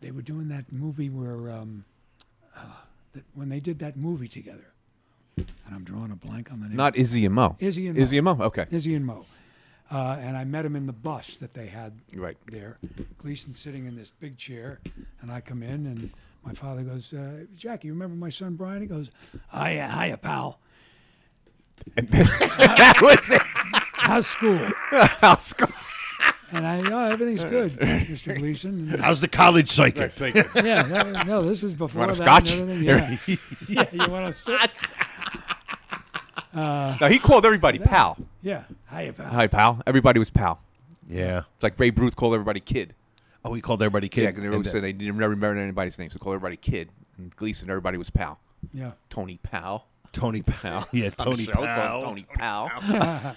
they were doing that movie where um, uh, that when they did that movie together, and I'm drawing a blank on the name. Not Izzy and Mo. Izzy and Izzy and Mo. Mo, okay. Izzy and Mo. Uh, and I met him in the bus that they had Right. there. Gleason sitting in this big chair, and I come in, and my father goes, uh, "Jackie, you remember my son Brian?" He goes, "Hiya, hiya, pal." that was it. How's school? How's school? And I, oh, everything's good, Mr. Gleason. And- How's the college psychic? Yes, thank you. yeah, that, no, this is before Want a that. and scotch? everything, Yeah. yeah, you want a scotch? Uh, Now he called everybody pal. Yeah, uh, hiya, pal. Hi, pal. Everybody was pal. Yeah. It's like Babe Ruth called everybody kid. Oh, he called everybody kid. Yeah, 'cause they And always that- said they didn't never remember anybody's name, so called everybody kid. And Gleason, everybody was pal. Yeah. Tony Powell. Tony Powell. Yeah, Tony Michelle calls Powell. Tony Powell.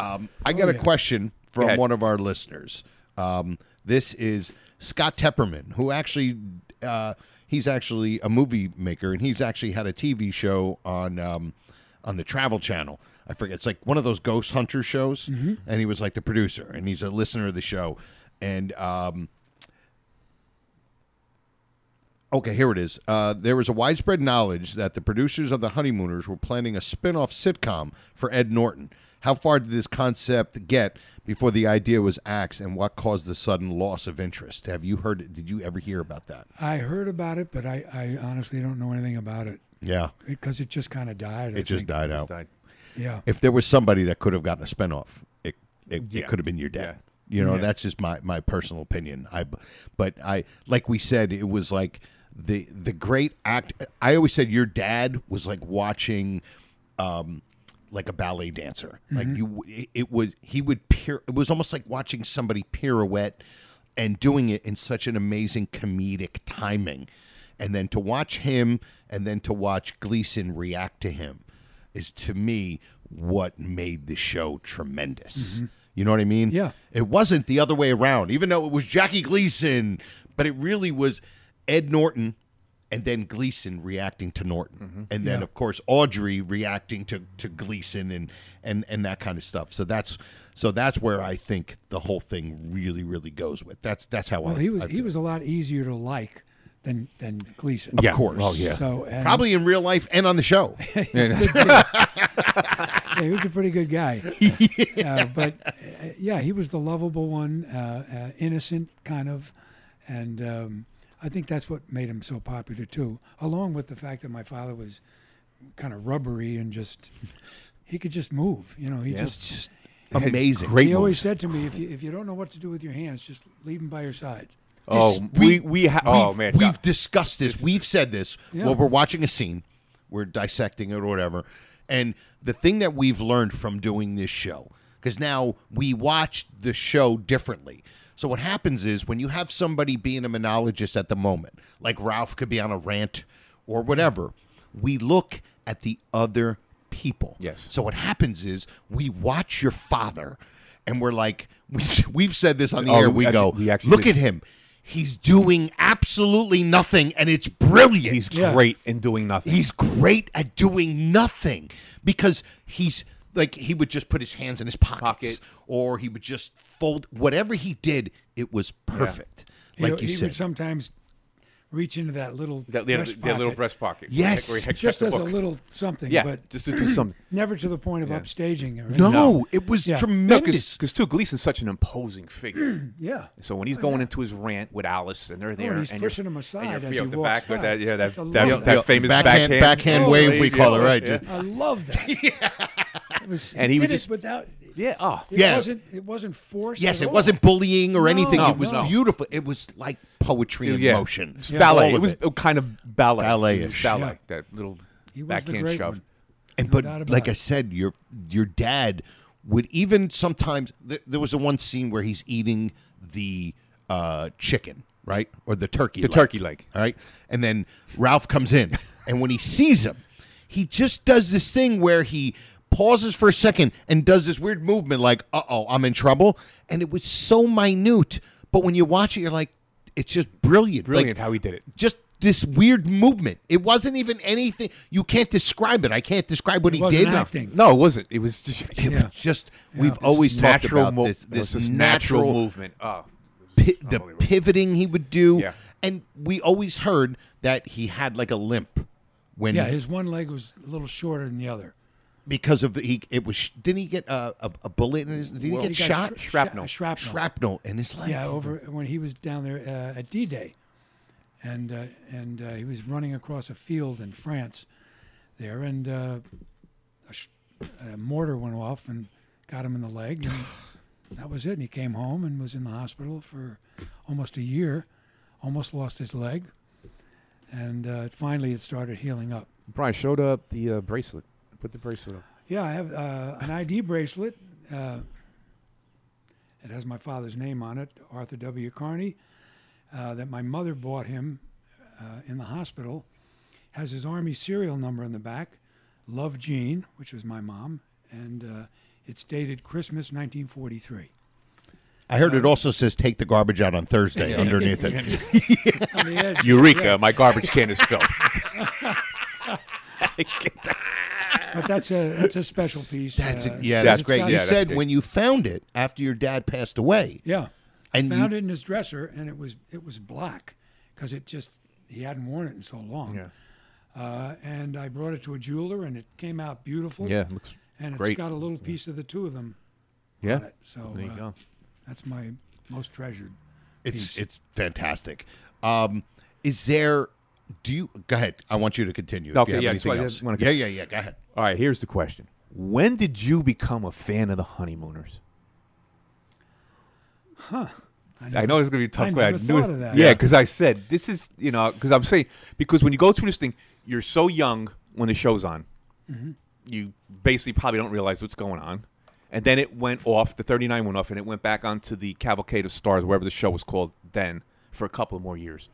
Um, I got Oh, a yeah. question Go from ahead. one of our listeners. Um, this is Scott Tepperman, who actually uh, he's actually a movie maker, and he's actually had a TV show on um, on the Travel Channel. I forget. It's like one of those ghost hunter shows, and he was like the producer, and he's a listener of the show, and. Um, Okay, here it is. Uh, there was a widespread knowledge that the producers of The Honeymooners were planning a spin off sitcom for Ed Norton. How far did this concept get before the idea was axed, and what caused the sudden loss of interest? Have you heard? Did you ever hear about that? I heard about it, but I, I honestly don't know anything about it. Yeah. Because it just kind of died. I it just think. died out. Yeah. If there was somebody that could have gotten a spinoff, it it, it could have been your dad. You know, Yeah. that's just my my personal opinion. I, b- but I like we said, it was like the the great act. I always said your dad was like watching, um, like a ballet dancer. Like Mhm. you, it, it was he would pier. It was almost like watching somebody pirouette and doing it in such an amazing comedic timing. And then to watch him, and then to watch Gleason react to him, is to me what made the show tremendous. Mhm. You know what I mean? Yeah. It wasn't the other way around, even though it was Jackie Gleason, but it really was Ed Norton and then Gleason reacting to Norton. And then Mm-hmm. Yeah. of course Audrey reacting to, to Gleason and, and and that kind of stuff. So that's so that's where I think the whole thing really, really goes with. That's that's how Well, I he was I he was a lot easier to like than than Gleason. Of course. So and Probably in real life and on the show. yeah, he was a pretty good guy. Uh, but uh, yeah, he was the lovable one, uh, uh, innocent kind of, and um, I think that's what made him so popular too. Along with the fact that my father was kind of rubbery and just he could just move. You know, he Yeah. just. Just amazing. he always said to me, if you, if you don't know what to do with your hands, just leave them by your side. This- we- we ha- oh, we've- man, we've God. discussed this. We've said this Yeah. while we're watching a scene, we're dissecting it or whatever. And the thing that we've learned from doing this show, because now we watch the show differently. So what happens is when you have somebody being a monologist at the moment, like Ralph could be on a rant or whatever, we look at the other people. Yes. So what happens is we watch your father, and we're like, we, we've said this on the Oh, air. We I- go, we actually look did. at him. He's doing absolutely nothing, and it's brilliant. He's Great in doing nothing. He's great at doing nothing because he's like he would just put his hands in his pockets, or he would just fold whatever he did. It was perfect, He- like you he would said. sometimes reach into that little That little- breast that little pocket. breast pocket. Yes. Where he kept just the as a book. little something. Yeah, but just to do something. Never to the point of upstaging or No, anything. it was Yeah. tremendous. Because too Gleason's such an imposing figure. Yeah. So when he's Oh, going yeah. into his rant with Alice and they're Oh, there and he's and pushing you're, him and aside you're as feel he the walks back with that by. yeah that, That's a that, lovely- that Yeah, famous backhand- backhand Oh, backhand wave we call it, right, Yeah. dude. I love that. It was, And and he he would did just- it without. Yeah. Oh, it yeah. Wasn't, it wasn't forced. Yes, at it all. wasn't bullying or No, anything. it was no. beautiful. It was like poetry in Yeah. motion. It's ballet. All It of was kind of ballet. Ballet-ish. Ballet. Yeah. That little He was the backhand great shove. one. And No doubt but about like I it. said, your your dad would even sometimes th- there was a one scene where he's eating the uh, chicken right? Or the turkey The leg. turkey leg. All right. And then Ralph comes in. and when he sees him, he just does this thing where he pauses for a second and does this weird movement like, uh oh, I'm in trouble. And it was so minute. But when you watch it, you're like, it's just brilliant. Like, Brilliant how he did it. Just this weird movement. It wasn't even anything. You can't describe it. I can't describe what he wasn't did. acting. No, it wasn't. It was just. It Yeah. was just. Yeah. We've always talked natural about mo- this, it was this, this natural, natural movement. Oh, pi- the pivoting he would do, Yeah. and we always heard that he had like a limp when yeah, his one leg was a little shorter than the other. because of the, he it was didn't he get a, a, a bullet in his did he Well, get he got shot shr- Shrapnel. shrapnel. shrapnel in his leg Yeah, over when he was down there uh, at D-Day, and uh, and uh, he was running across a field in France, there, and uh, a, sh- a mortar went off and got him in the leg, and that was it. And he came home and was in the hospital for almost a year, almost lost his leg, and uh, finally it started healing up. Brian showed up the uh, bracelet. Put the bracelet up. Yeah, I have uh, an ID bracelet. Uh, it has my father's name on it, Arthur W. Carney, uh, that my mother bought him uh, in the hospital. Has his Army serial number in the back, Love Jean, which was my mom, and uh, it's dated Christmas 1943. i heard uh, it also says take the garbage out on thursday underneath it On the edge. Eureka! My garbage can is filled. But that's a that's a special piece. that's uh, it. yeah 'cause that's it's great got- you that's said good. when you found it after your dad passed away Yeah. And Mm-hmm. I found you- it in his dresser, and it was it was black because it just he hadn't worn it in so long. Yeah. Uh, and I brought it to a jeweler, and it came out beautiful. Yeah, it looks and it's great. got a little piece of the two of them. Yeah. on it. So There you uh, go. That's my most treasured. it's it's fantastic um is there do you go ahead i want you to continue if Okay, you have yeah, I just anything wanna- else wanna- yeah yeah yeah go ahead All right, here's the question. When did you become a fan of the Honeymooners? Huh. I know it's going to be a tough I question. never knew thought it- of that. Yeah, because I said, this is, you know, because I'm saying, because when you go through this thing, you're so young when the show's on. Mm-hmm. You basically probably don't realize what's going on. And then it went off, the 39 went off, and it went back onto the Cavalcade of Stars, wherever the show was called then, for a couple of more years.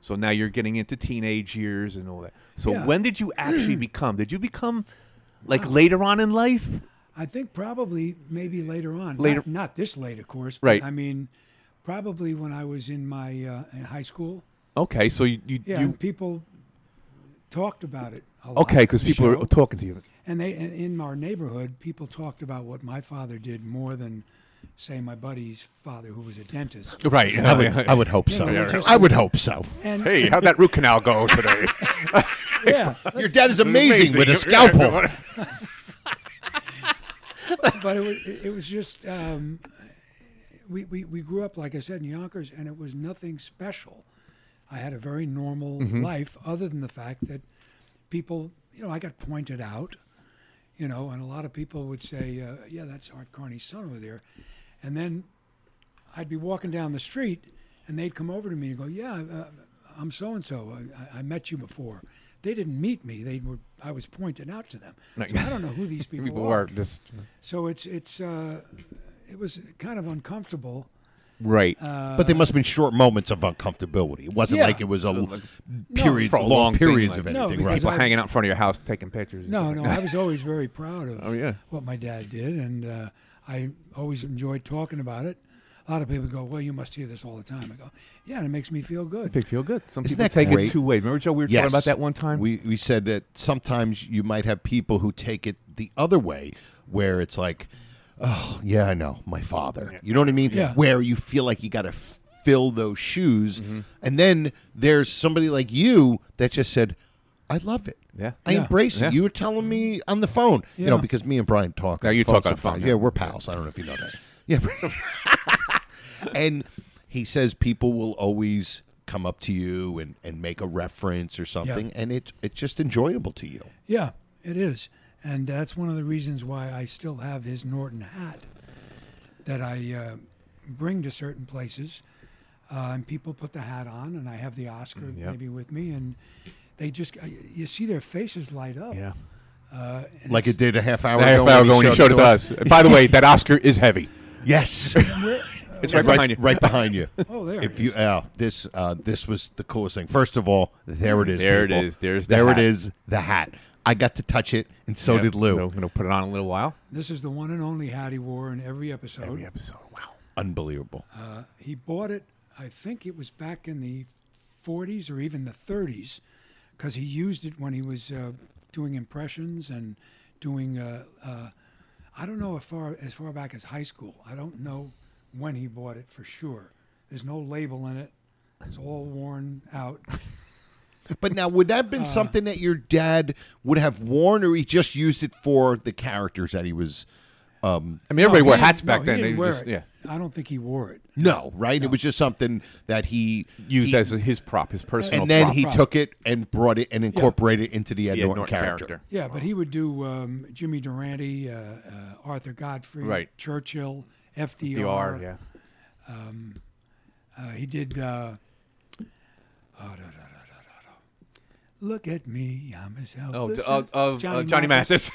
So now you're getting into teenage years and all that. So Yeah. Uh, when did you actually become? Did you become like later on in life? I think probably maybe later on. Later- not, not this late, of course. but Right. I mean, probably when I was in my uh, in high school. Okay, so you, you, Yeah, you and people talked about it. A lot okay because on the people show. are talking to you. And they and in our neighborhood, people talked about what my father did more than, say, my buddy's father, who was a dentist. Right, I would, I would hope so. Yeah, we're just- I would hope so. And Hey, how'd that root canal go today? yeah, Your dad is amazing, with a scalpel. but it was, it was just um, we, we we grew up, like I said, in Yonkers, and it was nothing special. I had a very normal life, other than the fact that people, you know, I got pointed out, you know, and a lot of people would say, uh, "Yeah, that's Art Carney's son over there," and then I'd be walking down the street, and they'd come over to me and go, "Yeah, uh, I'm so and so. I I met you before." They didn't meet me. They were. I was pointed out to them. So I don't know who these people, People are. are just So it's it's uh, it was kind of uncomfortable. right. uh, But there must have been short moments of uncomfortability. It wasn't Yeah. like it was a l- No. periods, For a long, long thing, periods like- of No, anything. because right? people I- hanging out in front of your house taking pictures. and No, stuff no, like that. I was always very proud of Oh, yeah. what my dad did, and uh, I always enjoyed talking about it. A lot of people go, "Well, you must hear this all the time." I go, "Yeah, and it makes me feel good." They feel good. Some Isn't people that take great? it two ways. Remember, Joe, we were Yes. talking about that one time. We we said that sometimes you might have people who take it the other way, where it's like, oh yeah, I know my father. You know what I mean? Yeah. Where you feel like you got to fill those shoes, Mm-hmm. and then there's somebody like you that just said, I love it. Yeah. I Yeah. embrace Yeah. it. You were telling me on the phone, you know, Yeah. because me and Brian talk. Yeah, you talk on the phone, sometimes. yeah. Yeah, we're pals. I don't know if you know that. Yeah. and he says people will always come up to you and, and make a reference or something and it's it's just enjoyable to you Yeah, it is, and that's one of the reasons why I still have his Norton hat that I uh, bring to certain places, uh, and people put the hat on, and I have the Oscar maybe with me, and they just uh, you see their faces light up. yeah. and like it's- it did a half hour Half ago hour ago when you showed it to us. By the way, that Oscar is heavy. yes Where, uh, It's right behind you. Right behind you. Oh, there If you, yeah, this uh, this was the coolest thing. First of all, there it is. There it people. is. There's the there hat. it is. The hat. I got to touch it, and so Yeah, did Lou. I'm going to put it on a little while. This is the one and only hat he wore in every episode. Every episode, wow. Unbelievable. Uh, he bought it, I think it was back in the 40s or even the 30s, because he used it when he was uh, doing impressions and doing, uh, uh, I don't know if far, as far back as high school. I don't know when he bought it for sure. There's no label in it, it's all worn out. But now, would that have been uh, something that your dad would have worn, or he just used it for the characters that he was? Um, I mean, No, he didn't- no, he didn't wear it. I don't think he wore it. No, right? It was just something that he Used he- as his prop, his personal And then prop. he Prop. took it and brought it and incorporated it into the Ed Yeah, Norton, Norton character. character. Yeah, but he would do um, Jimmy Durante, uh, uh, Arthur Godfrey, Right. Churchill, FDR. FDR, yeah. Um, uh, he did. Uh, oh, da, da, da, da, da, da. Look at me, I'm as Oh, d- helpless. oh, as oh, uh, Johnny Mathis.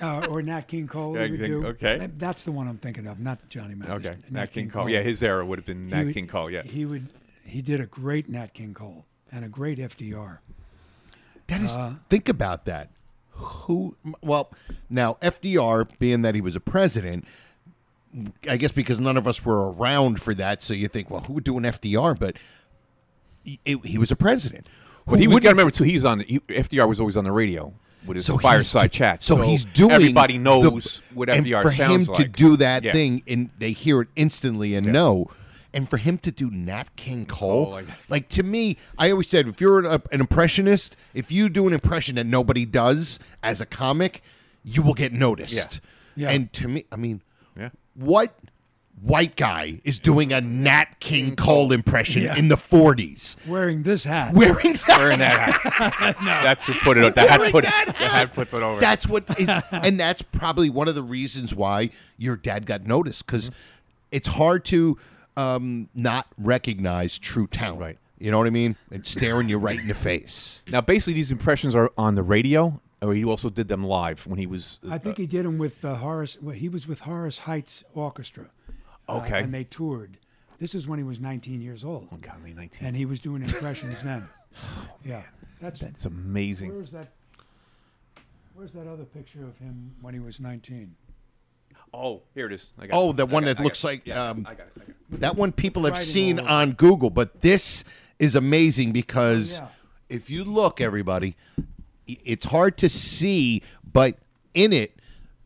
uh, or Nat King Cole. Yeah, he would I think- do. okay. That- That's the one I'm thinking of, not Johnny Mathis. Okay, Nat King Cole. Yeah, his era would have been He Nat would- King Cole, yeah. He would. He did a great Nat King Cole and a great FDR. That is, Uh, think about that. Who? Well, now FDR, being that he was a president, I guess because none of us were around for that, so you think, well, who would do an FDR? But he, it- he was a president. But he was got to remember too. He's on he, FDR was always on the radio with his So he's fireside d- chat. So, he's doing. Everybody the- knows what and FDR for sounds him like. to do that Yeah. thing, and they hear it instantly and know. And for him to do Nat King Cole, Cole, Oh, like- like, to me, I always said, if you're an, an impressionist, if you do an impression that nobody does as a comic, you will get noticed. Yeah. And to me, I mean, Yeah. what white guy is doing a Nat King Cole impression Yeah. in the 40s? Wearing this hat. Wearing that, Wearing that hat. That's who put it. The hat Wearing put it. that The hat puts it over. That's what is, and that's probably one of the reasons why your dad got noticed because it's hard to um, not recognize true talent. Right. You know what I mean? It's staring you right in the face. now. Basically, these impressions are on the radio, or he also did them live when he was. I think he did them with uh, Horace. Well, he was with Horace Heights Orchestra. uh, Okay. and they toured. This is when he was 19 years old. Oh, God, I mean, 19. And he was doing impressions then. yeah. That's, Oh, That's amazing. Where's that? Where's that other picture of him when he was 19? Oh, here it is. I got Oh, it. the I one got it. that I looks got it. like Yeah, um, I got it. I got it. that one people have Writing seen all on Google, but this is amazing because Oh, if you look, everybody, i- it's hard to see, but in it,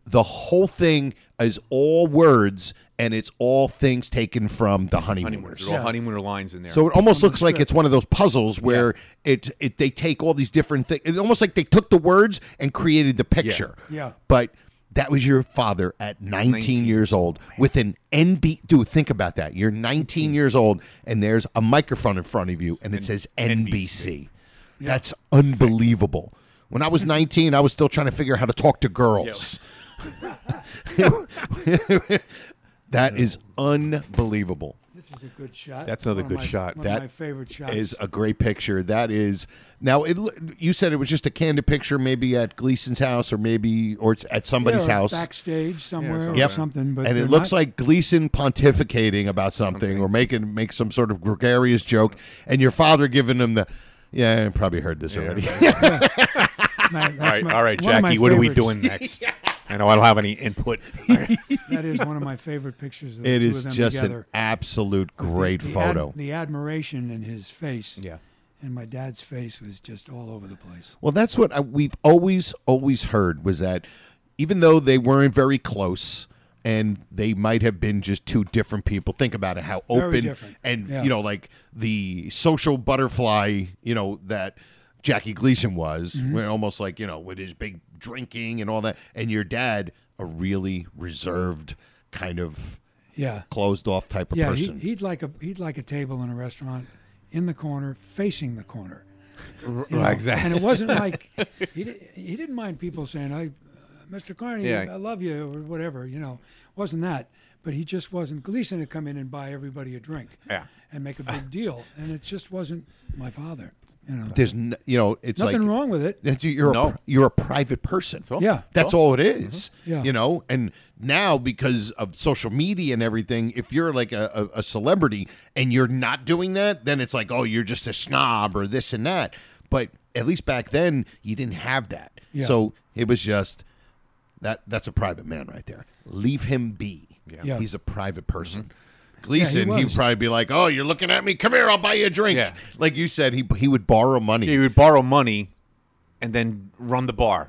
the whole thing is all words and it's all things taken from the honeymooners. Honeymooners. They're all honeymooner lines in there. So it almost On the looks like script. it's one of those puzzles where it it they take all these different things. It's almost like they took the words and created the picture. Yeah. But that was your father at 19, 19. years old with an NB. Dude, think about that. You're 19 years old and there's a microphone in front of you and it says NBC. That's unbelievable. When I was 19, I was still trying to figure out how to talk to girls. that is unbelievable. This is a good shot. That's another One of good my- shot. One That of my favorite shots. is a great picture. That is now. It l- you said it was just a candid picture, maybe at Gleason's house or maybe or it's at somebody's Yeah, or house. Backstage somewhere somewhere. or Yep. something. But and they're it looks not- like Gleason pontificating about something or making make some sort of gregarious joke, and your father giving him the. Yeah, I probably heard this already. my- that's All right, my- all right, one of my Jackie. What are we favorites. doing next? I know I don't have any input. That is one of my favorite pictures. Of the it two is of them just together. an absolute great the ad- photo. the admiration in his face. Yeah. And my dad's face was just all over the place. Well, that's what I, we've always always heard was that even though they weren't very close and they might have been just two different people. Think about it how Very open different. and Yeah. you know like the social butterfly, you know that Jackie Gleason was, Mm-hmm. where almost like, you know, with his big drinking and all that and your dad a really reserved kind of Yeah. closed off type of Yeah, he, person. he'd like a he'd like a table in a restaurant in the corner, facing the corner. you know? exactly. And it wasn't like he di- he didn't mind people saying, "I, Mr. Carney, Yeah. I love you" or whatever. You know, wasn't that? But he just wasn't. Gleason would come in and buy everybody a drink. Yeah. And make a big deal, and it just wasn't my father. You know, There's, n- you know, it's Nothing like- wrong with it. That you- You're a, No. pri- you're a private person. all. Yeah. that's That's all. all it is, Yeah. You know, and now because of social media and everything, if you're like a, a, a celebrity and you're not doing that, then it's like, oh, you're just a snob or this and that. But at least back then, you didn't have that. Yeah. So it was just that. That's a private man right there. Leave him be. Yeah. He's a private person. Gleason, Yeah, he he would was. probably be like, "Oh, you're looking at me. Come here, I'll buy you a drink." Like you said, he he would borrow money. He would borrow money and then run the bar.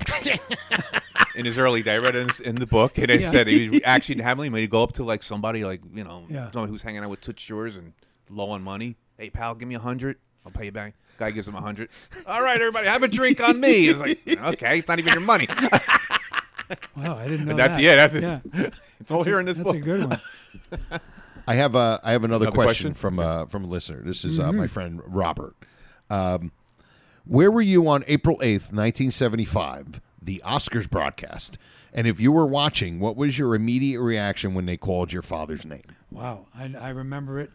in his early day, I read in, in the book, and it Yeah. said he was actually having money. He'd go up to like somebody, like you know, Yeah. someone who's hanging out with Toots Shores and low on money. Hey, pal, give me a hundred. I'll pay you back. Guy gives him a hundred. All right, everybody, have a drink on me. It's like okay, it's not even your money. Wow, I didn't know But that's that. yeah, that's Oh, Yeah. It's all That's a- here in this that's book. a good one. I have a I have another, Another question, question? from Mm-hmm. uh, from a listener. This is uh, Mhm. my friend Robert. Um, where were you on April eighth, nineteen seventy five? The Oscars broadcast, and if you were watching, what was your immediate reaction when they called your father's name? Wow, I, I remember it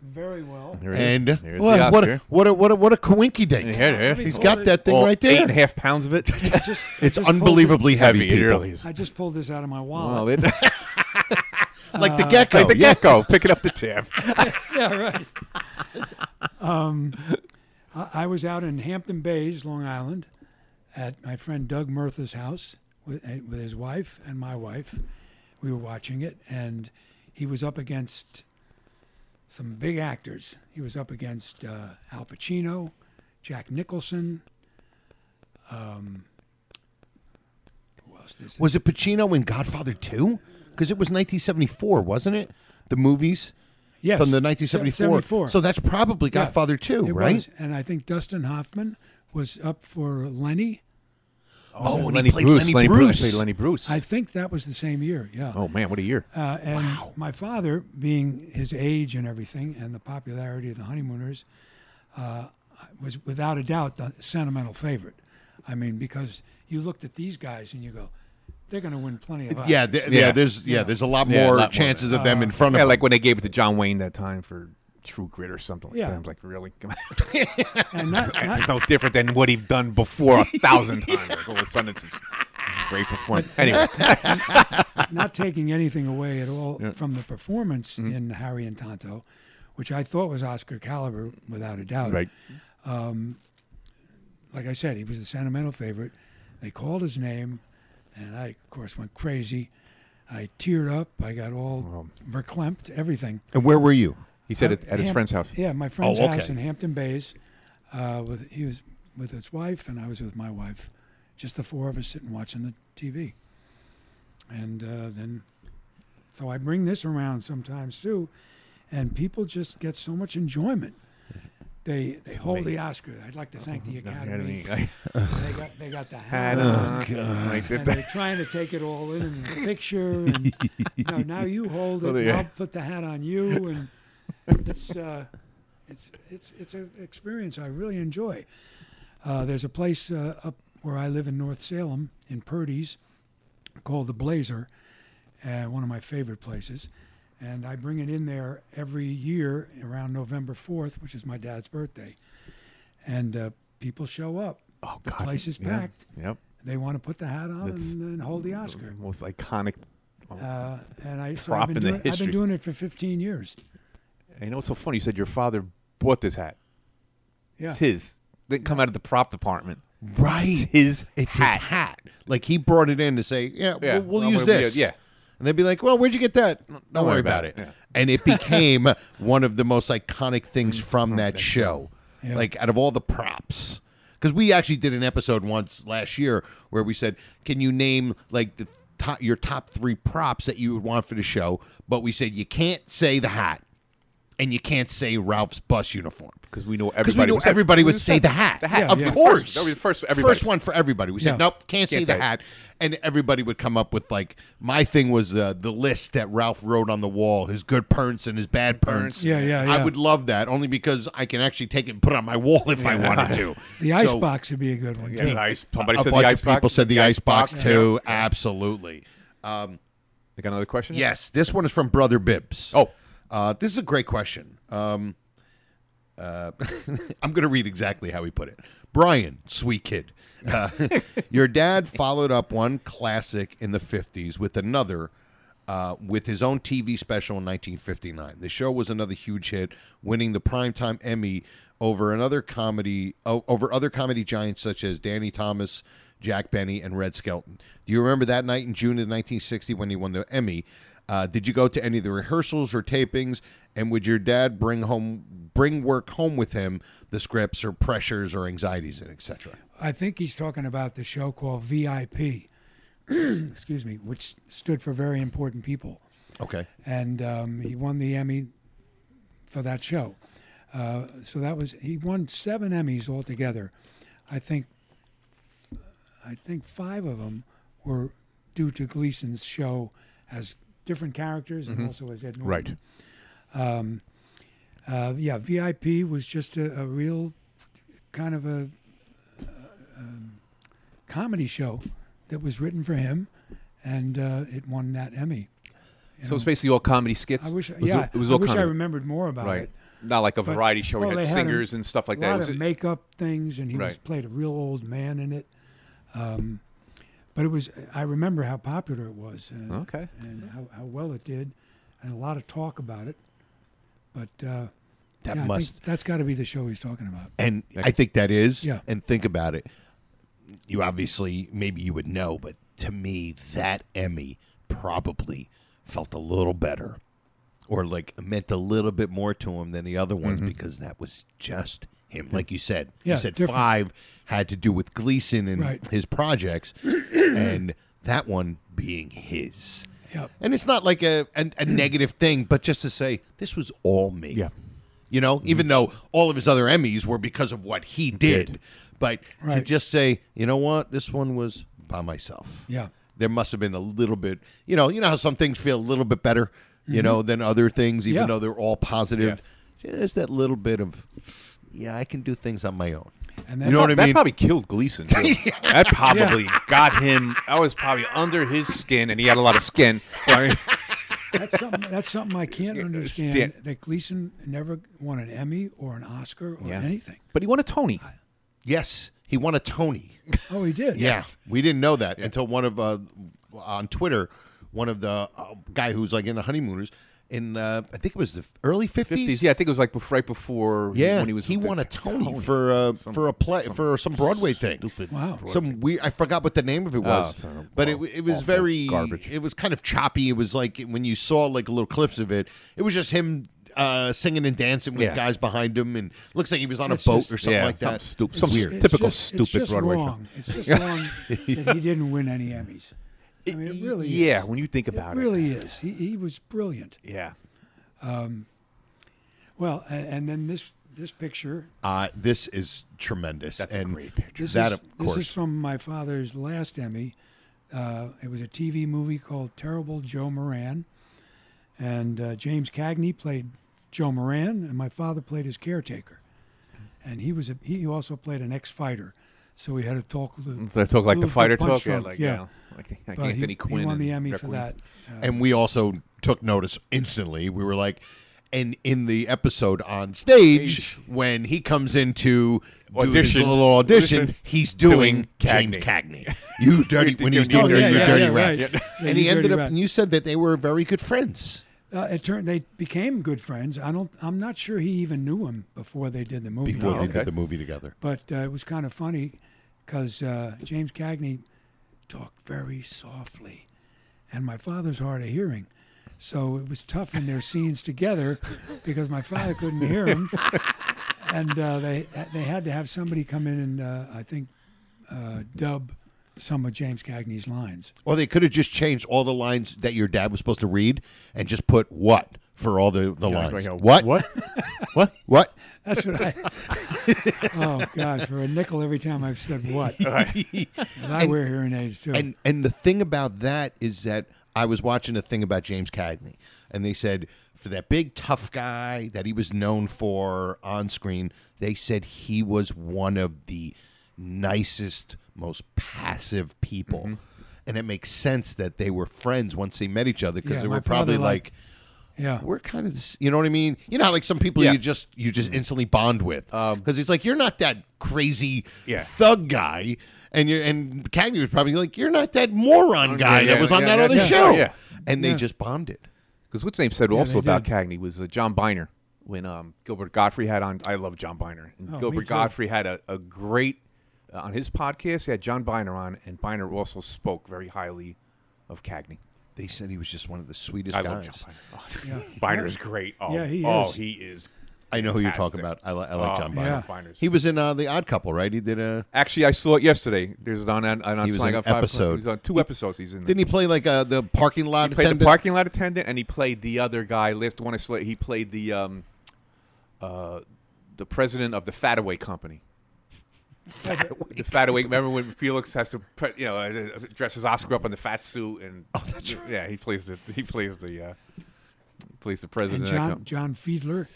very well. and Here's the what, what, a, Oscar. what a what a what a coinky dink! Here it is. He's got that thing All right Eight there. and a half pounds of it. Just- I It's just pulled unbelievably it- heavy. Heavy, it people. really is. I just pulled this out of my Wow, wallet. it- Like the Uh, gecko. like the yeah. gecko picking up the tab. yeah, right. Um, I, I was out in Hampton Bays, Long Island, at my friend Doug Murtha's house with, eh, with his wife and my wife. We were watching it, and he was up against some big actors. He was up against uh, Al Pacino, Jack Nicholson. Um, who else did- Was it Pacino in Godfather 2? Because it was 1974, wasn't it? The movies? Yes. From the 1974. 74. So that's probably Yeah, Godfather 2, it right? was. And I think Dustin Hoffman was up for Lenny. Oh, and Lenny he played Bruce, Lenny Lenny Bruce. Bruce. I played Lenny Bruce. I think that was the same year. Yeah. Oh man, what a year! Uh, and my father, being his age and everything, and the popularity of the Honeymooners, uh, was without a doubt the sentimental favorite. I mean, because you looked at these guys and you go, they're going to win plenty of Oscars. Yeah, th- yeah, there's yeah, there's a lot more Yeah, a lot more. chances of Uh, them in front of Yeah, him. like when they gave it to John Wayne that time for True Grit or something like Yeah. that. I was like, really? Come on. and not, it's not, no different than what he'd done before a thousand times. Like, all of a sudden, it's this great performance. Anyway, not taking anything away at all Yeah. Mm-hmm. from the performance in Harry and Tonto, which I thought was Oscar caliber without a doubt. right? um, like I said, he was the sentimental favorite. They called his name, and I, of course, went crazy. I teared up. I got all verklempt, everything. and where were you? He said Uh, it at his Ham- friend's house. Yeah, my friend's Oh, house okay. in Hampton Bays. Uh, with he was with his wife, and I was with my wife. Just the four of us sitting watching the TV. And uh, then, so I bring this around sometimes too, and people just get so much enjoyment. They they hold the Oscar. I'd like to Uh-huh. thank the Academy. Oh, Academy. they got they got the hat. Oh, And they're trying to take it all in in the picture. And, you know, now you hold it. Well, and yeah. I'll put the hat on you, and it's uh, it's it's it's an experience I really enjoy. Uh, there's a place uh, up where I live in North Salem in Purdy's called the Blazer, uh, one of my favorite places. And I bring it in there every year around November 4th, which is my dad's birthday. And uh, people show up. Oh, the God. place is Yeah. packed. Yep. They want to put the hat on That's- and, and hold the Oscar. Most iconic. Uh, and I, so Prop I've, in been the doing, I've been history. doing it for 15 years. And you know what's so funny? You said your father bought this hat. Yeah. It's his. Didn't come out of the prop department. Right. It's his. It's hat. his hat. Like he brought it in to say, yeah, Yeah, we'll, we'll well, use we- we- this. yeah. And they'd be like, well, where'd you get that? Don't, worry about, it. Yeah. And it became one of the most iconic Mm, things from that show. Yeah. Like out of all the props. Because we actually did an episode once last year where we said, can you name like the top, your top three props that you would want for the show? But we said, you can't say the hat. And you can't say Ralph's bus uniform 'Because we know because we everybody knew would say- everybody we would would say say the hat. the hat. Yeah, of yeah. course. First- that was the first for everybody. First one for everybody. We said Yeah. nope, can't, say Can't the say it. hat, and everybody would come up with like my thing was uh, the list that Ralph wrote on the wall, his good perns and his bad perns. Yeah, yeah, I yeah. would love that only because I can actually take it and put it on my wall if I wanted to. The So, ice box would be a good one. Yeah, too. the ice. Somebody a said bunch the of ice box. people said the, ice box, yeah. too. Absolutely. Um, You got another question? yes, this one is from Brother Bibbs. Oh. Uh, this is a great question. Um, Uh, I'm going to read exactly how he put it. Brian, sweet kid. Uh, your dad followed up one classic in the 50s with another uh, with his own TV special in 1959. The show was another huge hit, winning the primetime Emmy over another comedy o- over other comedy giants such as Danny Thomas, Jack Benny, and Red Skelton. Do you remember that night in June of 1960 when he won the Emmy? Uh, did you go to any of the rehearsals or tapings? And would your dad bring home bring work home with him, the scripts or pressures or anxieties and etc. I think he's talking about the show called VIP, excuse me, which stood for Very Important People. Okay. And um, he won the Emmy for that show. Uh, so that was he won seven Emmys altogether. I think I think five of them were due to Gleason's show as different characters and Mhm. also as Ed Right. Norton. Um, uh, yeah, VIP was just a, a real kind of a uh, um, comedy show that was written for him, and uh, it won that Emmy. You So it's know. basically all comedy skits. I wish, It was yeah, all- it was I all wish I comedy. remembered more about Right. it. Not like a But- variety show where well, it had they a- singers and stuff like a that. lot It was of a- makeup things, and he was Right. played a real old man in it. Um, but it was, I remember how popular it was. And, Okay. And how, how well it did, and a lot of talk about it. But uh, That yeah, I think must- that's got to be the show he's talking about. And I think that is. Yeah. And think about it. You obviously, maybe you would know, but to me, that Emmy probably felt a little better or like meant a little bit more to him than the other ones because that was just him. Like you said, Mm-hmm. Yeah, you said different. five had to do with Gleason and Right. his projects, and that one being his. Yep. And it's not like a, a, a negative thing, but just to say, this was all me. Yeah. You know, even though all of his other Emmys were because of what he did. But to Right. just say, you know what, this one was by myself. Yeah. There must have been a little bit, you know, you know how some things feel a little bit better, you Mhm. know, than other things, even Yeah. though they're all positive. Just that little bit of, yeah, I can do things on my own. And you know what I mean? That probably killed Gleason. Too. That probably got him. I was probably under his skin, and he had a lot of skin. Sorry. That's something, that's something I can't understand. Dan- That Gleason never won an Emmy or an Oscar or Yeah. anything. But he won a Tony. Yes, he won a Tony. Oh, he did. Yeah, we didn't know that until one of uh, on Twitter, one of the uh, guy who's like in the honeymooners in uh, I think it was the early fifties. 50s. Yeah, I think it was like bef- right before he- Yeah, when he was he with won the- a Tony, for uh, for a play for some Broadway thing. Wow. Some we I forgot what the name of it Oh, was, so- but well, it it was awful very garbage. It was kind of choppy. It was like when you saw like little clips of it. It was just him. Uh, singing and dancing with Yeah. guys behind him, and looks like he was on It's a boat just- or something Yeah, like that. something stupid- some weird, It's typical just- stupid it's just Broadway show. wrong. It's just wrong that he didn't win any Emmys. I mean, it really yeah, is. when you think about it. really is. He, he was brilliant. Yeah. Um, well, and, and then this this picture. Uh, this is tremendous. That's a and great picture. This That is- of This course. is from my father's last Emmy. Uh, it was a TV movie called Terrible Joe Moran, and uh, James Cagney played Joe Moran, and my father played his caretaker. And he was a, he also played an ex-fighter, so he had to talk. li- So I talk like the little bit fighter punch talk, yeah, drunk, like, yeah, you know, like the- like But he- Anthony He Quinn won the and Emmy Jack for Quinn. that. and we also took notice instantly. We were like, and in the episode on stage, when he comes in to do his Audition. little audition, Audition. he's doing, Doing James Cagney. Cagney. You dirty, when he's doing Oh, dirty, yeah, you yeah, dirty yeah, rat. right. Yeah, and you he ended dirty up, rat. and you said that they were very good friends. Uh, it turned they became good friends. I don't. I'm not sure he even knew him before they did the movie. Before they together. did the movie together. But uh, it was kind of funny because uh, James Cagney talked very softly, and my father's hard of hearing. So it was tough in their scenes together because my father couldn't hear him, and uh, they they had to have somebody come in and uh, I think uh, dub some of James Cagney's lines. Or they could have just changed all the lines that your dad was supposed to read and just put what for all the, the Yeah, like, lines. you know, what? what? what? What? That's what I. oh God! For a nickel every time I've said what. And I And- wear hearing aids too. And and the thing about that is that I was watching a thing about James Cagney, and they said for that big tough guy that he was known for on screen, they said he was one of the nicest, most passive people, Mm-hmm. and it makes sense that they were friends once they met each other because Yeah, they my were father probably liked- like. Yeah. We're kind of, this, you know what I mean? You know, how, like some people Yeah. Mm-hmm. Um, you just you just instantly bond with because it's like you're not that crazy Yeah. thug guy, and you are and Cagney was probably like you're not that Oh, moron guy that was on that other show, and they just bonded. Because what's name said Yeah, also they about Cagney was uh, John Biner when um, Gilbert Godfrey had on. I love John Biner. And Oh, me Gilbert too. Godfrey had a, a great uh, on his podcast. He had John Biner on, and Biner also spoke very highly of Cagney. They said he was just one of the sweetest I love guys. John Biner. Biner's great. Oh, Yeah, he oh, is. he is. I know who you're talking fantastic. about. I, li- I like Oh, John yeah. Biner. Biner's He was in uh, the Odd Couple, right? He did uh, a Actually, I saw it yesterday. There's on on, on he was Slang in on Five. episode. He was on two episodes. He's in. there. Didn't he play like uh, the parking lot? He played attendant? the parking lot attendant, and he played the other guy. List one. I sl- He played the um, uh, the president of the Fataway Company. the Fataway. Remember when Felix has to, pre- you know, uh, dresses Oscar up in the fat suit, and Oh. yeah, he plays the he plays the uh, plays the And president. of that John company. John Fiedler.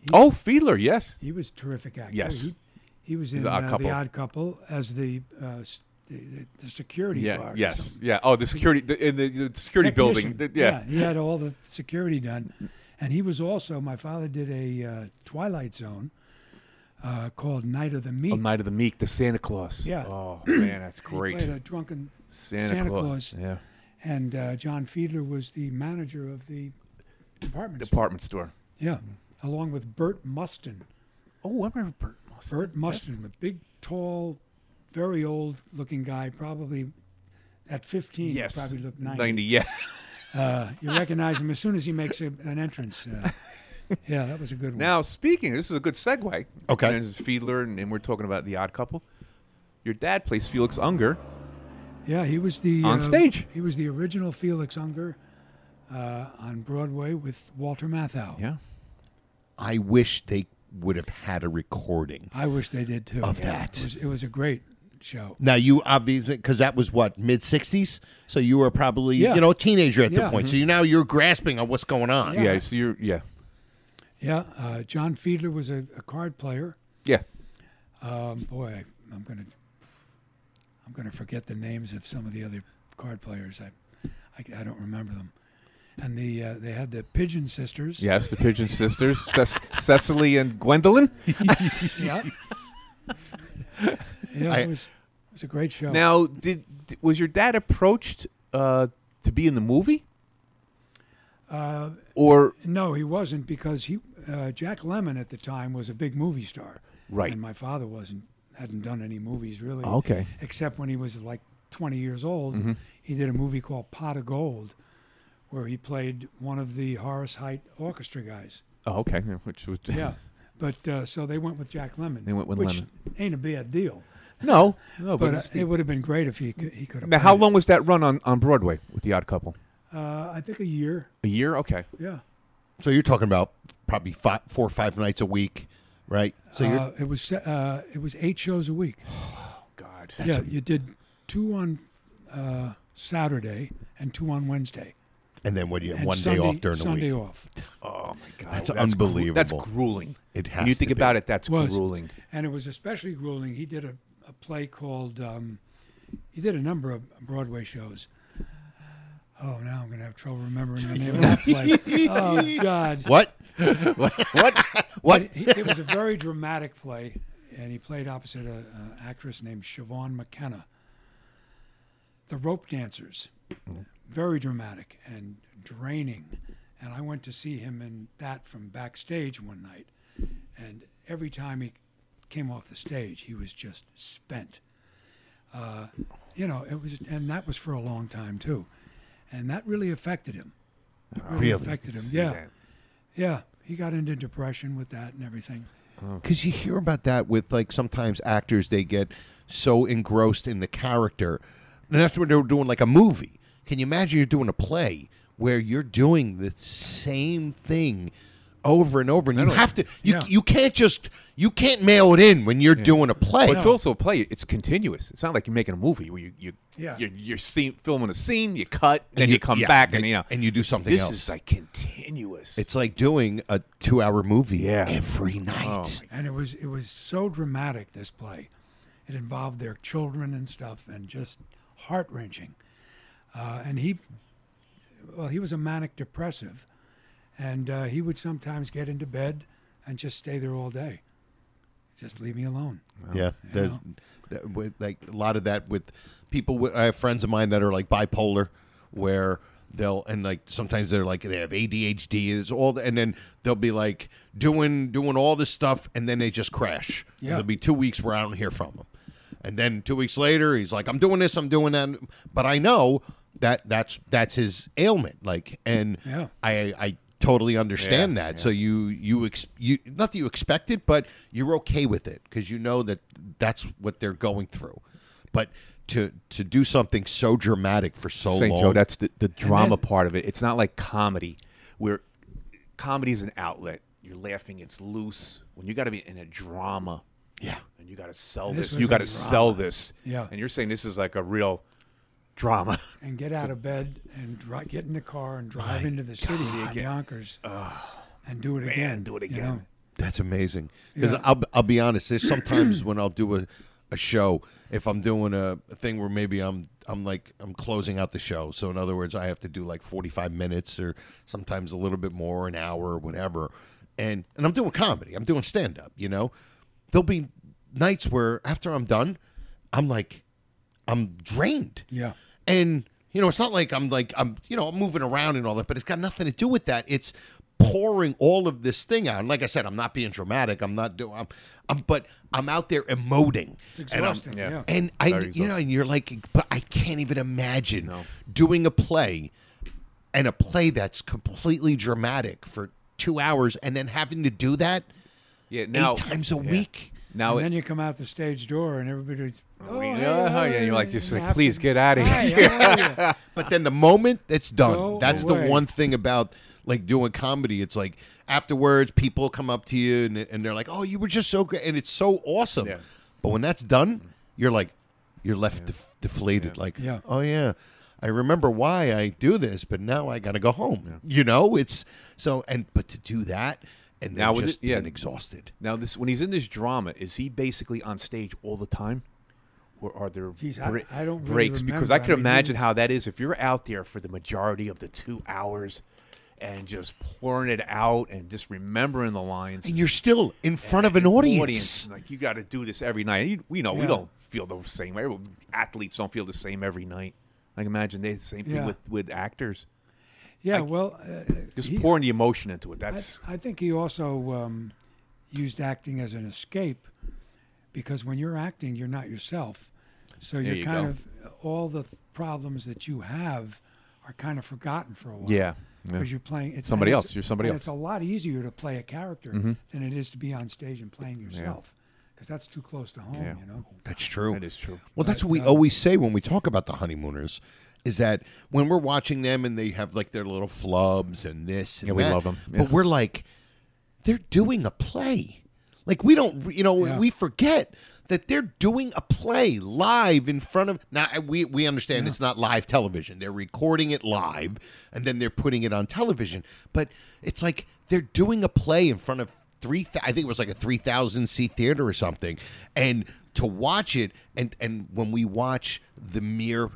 he- oh, Fiedler, yes, He was a terrific actor. Yes. He, he was He's in The Odd uh, Couple. the Odd Couple as the uh, s- the, the, the security yeah, guard. or yes, something. yeah. Oh, the security the, in the, the security building. Technician. The- yeah. he had all the security done, and he was also my father did a uh, Twilight Zone uh, called Night of the Meek. Oh, Night of the Meek, the Santa Claus. Yeah. Oh man, that's great. He played a drunken Santa Santa, Claus, Claus. yeah. And uh, John Fiedler was the manager of the department store. Department store. Yeah, along with Bert Mustin. Oh, I remember Bert Mustin. Bert Mustin, a big, tall, very old-looking guy, probably at 15, he Yes. probably looked 90. 90, yeah. Uh, you recognize him as soon as he makes a, an entrance. Uh, yeah, that was a good one. Now, speaking, this is a good segue. Okay. There's Fiedler, and, and we're talking about the odd couple. Your dad plays Felix Unger. Yeah, he was the uh, On stage. He was the original Felix Unger uh, on Broadway with Walter Matthau. Yeah, I wish they would have had a recording. I wish they did too. Of Yeah, that. it was, it was a great show. Now you obviously because that was what mid '60s, so you were probably Yeah. you know a teenager at Yeah. mm-hmm. the point. So you now you're grasping on what's going on. Yeah. Yeah, so you're yeah Yeah, uh, John Fiedler was a, a card player. yeah. Um, boy, I, I'm gonna I'm gonna forget the names of some of the other card players. I I, I don't remember them. And the uh, they had the Pigeon Sisters. Yes, the Pigeon Sisters, Ces- Cecily and Gwendolyn. yeah. Yeah, I- it was it was a great show. Now, did was your dad approached uh, to be in the movie? Uh, Or no, he wasn't because he uh, Jack Lemon at the time was a big movie star. Right. And my father wasn't hadn't done any movies really. Oh, okay. Except when he was like 20 years old, Mhm. he did a movie called Pot of Gold, where he played one of the Horace Height orchestra guys. Oh, okay. yeah, Which was Yeah. But uh, so they went with Jack Lemon. They went with which Lemmon. Ain't a bad deal. No, no, but but, uh, it's the- it would have been great if he could, he could have. Now, how long was that run on, on Broadway with the Odd Couple? Uh, I think a year. A year. Okay. Yeah. So you're talking about probably five, four or five nights a week, right? So you're uh, it was se- uh, it was eight shows a week. Oh God! Yeah, you did two on uh, Saturday and two on Wednesday. and then what do you have and one Sunday- day off during Sunday the week? off. Oh my That's, God, that's gru- unbelievable. that's grueling. It When has. you think to about be. it, that's Was. grueling. And it was especially grueling. He did a, a play called. Um, he did a number of Broadway shows. Oh, now I'm going to have trouble remembering the name of that play. Oh God! What? What? What? What? But he- it was a very dramatic play, and he played opposite a- an actress named Siobhan McKenna. The Rope Dancers, very dramatic and draining. And I went to see him in that from backstage one night, and every time he came off the stage, he was just spent. Uh, you know, it was, and that was for a long time too, and that really affected him. It really, Really? affected him. See Yeah, that. yeah. He got into depression with that and everything. Because you hear about that with like sometimes actors they get so engrossed in the character, and that's when they're doing like a movie. Can you imagine you're doing a play where you're doing the same thing over and over, and you Not only- have to you Yeah. you can't just you can't mail it in when you're doing a play. But it's also a play. It's continuous. It's not like you're making a movie where you you Yeah. you're, you're scene, filming a scene, you cut, And then you, you- come yeah, back, then- and you know, and you do something This else. is like continuous. It's like doing a two-hour movie every Oh. night. And it was it was so dramatic this play. It involved their children and stuff, and just heart wrenching. Uh, and he, well, he was a manic depressive, And uh, he would sometimes get into bed and just stay there all day. Just leave me alone. Yeah, You there's know? that, with, like a lot of that with people. With, I have friends of mine that are like bipolar, where they'll and like sometimes they're like they have ADHD. It's all the- and then they'll be like doing doing all this stuff, and then they just crash. Yeah. there'll be two weeks where I don't hear from them, and then two weeks later he's like, "I'm doing this, I'm doing that," but I know that that's that's his ailment. Like, and Yeah. I I totally understand Yeah, that. So you you ex you not that you expect it, but you're okay with it because you know that that's what they're going through. But to to do something so dramatic for so St. long, Joe, that's the, the drama part of it. It's not like comedy, where comedy is an outlet. You're laughing. It's loose. When you got to be in a drama, yeah, and you got to sell This this. was you a got to drama. sell this. Yeah. And you're saying this is like a real drama. and get out of bed and dri- get in the car and drive into the city from Yonkers and do it again. do it you again. know? That's amazing. Because Yeah. I'll, I'll be honest, there's sometimes when I'll do a, a show, if I'm doing a, a thing where maybe I'm I'm like I'm closing out the show. So in other words, I have to do like 45 minutes or sometimes a little bit more, an hour, or whatever. And and I'm doing comedy. I'm doing stand up. You know, there'll be nights where after I'm done, I'm like, I'm drained Yeah. and you know it's not like i'm like i'm you know i'm moving around and all that but it's got nothing to do with that it's pouring all of this thing out and like i said i'm not being dramatic i'm not doing i'm, I'm but i'm out there emoting It's exhausting. um, yeah. yeah. and i Very you know and you're like but i can't even imagine doing a play and a play that's completely dramatic for two hours and then having to do that Yeah. eight times a yeah. week Now and it, then you come out the stage door and everybody's yeah, oh, hey, oh, yeah, hey, you're like, hey, just you like, have please to- get outta Hi, here. how are you? But then the moment it's done, Go that's away. the one thing about like doing comedy. It's like afterwards, people come up to you and, and they're like, "Oh, you were just so great," and it's so awesome. Yeah. But when that's done, you're like, you're left def- deflated. Like, Yeah. oh yeah, I remember why I do this, but now I got to go home. You know, it's so and but to do that and then Now with it- just yeah. being exhausted. now this when he's in this drama, is he basically on stage all the time? Or are there Jeez, I- bre- I don't really breaks? because remember. I can I mean, imagine he- how that is. If you're out there for the majority of the two hours and just pouring it out and just remembering the lines. And you're still in front of an audience. Like you got to do this every night. You, we know we Yeah. don't feel the same. Every- Athletes don't feel the same every night. Like imagine they the same thing Yeah. with with actors. yeah well uh, Just he- pouring the emotion into it. I, That's I think he also um, used acting as an escape because when you're acting, you're not yourself. So you're you kind go. of all the th- problems that you have are kind of forgotten for a while. Yeah, yeah. Because you're playing it's, Somebody and else, you're somebody and else. Mm-hmm. It's a lot easier to play a character than it is to be on stage and playing yourself because that's too close to home, you know. That's true. That is true. um, Well, that's what we always say when we talk about the honeymooners. Is that when we're watching them and they have like their little flubs and this and Yeah, we that, love 'em. but we're like, they're doing a play. Like we don't, you know, Yeah. we forget that they're doing a play live in front of. Now we we understand it's not live television. They're recording it live and then they're putting it on television. But it's like they're doing a play in front of three. thou- I think it was like a three thousand seat theater or something. And to watch it, and and when we watch the mere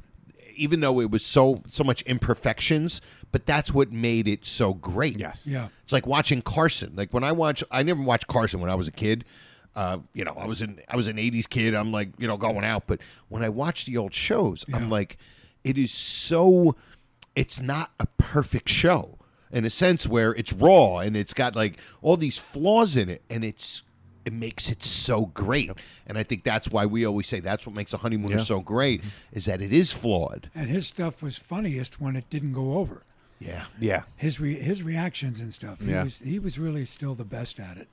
even though it was so so much imperfections, but that's what made it so great. Yes. Yeah. It's like watching Carson. Like when I watch, I never watched Carson when I was a kid. Uh, you know, I was in I was an '80s kid. I'm like, you know, going out. But when I watch the old shows, I'm like, it is so. It's not a perfect show in a sense where it's raw and it's got like all these flaws in it, and it's it makes it so great. And I think that's why we always say that's what makes a honeymooner so great is that it is flawed. And his stuff was funniest when it didn't go over. Yeah. yeah. His re- his reactions and stuff. He Yeah. was he was really still the best at it.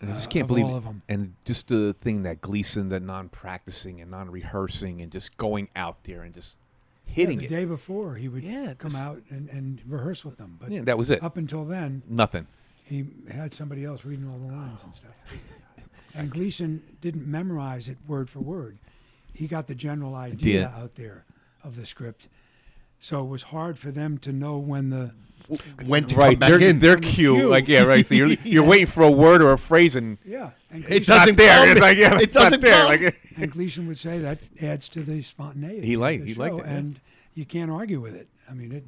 I just uh, can't of believe all it. of 'em. And just the thing that Gleason, the non-practicing and non-rehearsing, and just going out there and just hitting the it. day before he would Yeah, come this- out and, and rehearse with them. But Yeah, that was it. Up until then, Nothing. he had somebody else reading all the lines and stuff. And Gleason didn't memorize it word for word. He got the general idea Idea. out there of the script. So it was hard for them to know when the When to come Right, back they're, in, they're cue. cue. Like yeah, right. So you're you're waiting for a word or a phrase, and yeah. And It Gleason, doesn't not there. come. It's like, yeah, it it's not doesn't there. Come. Like- and Gleason would say that adds to the spontaneity. He of liked- the he liked show, it, yeah. and you can't argue with it. I mean, it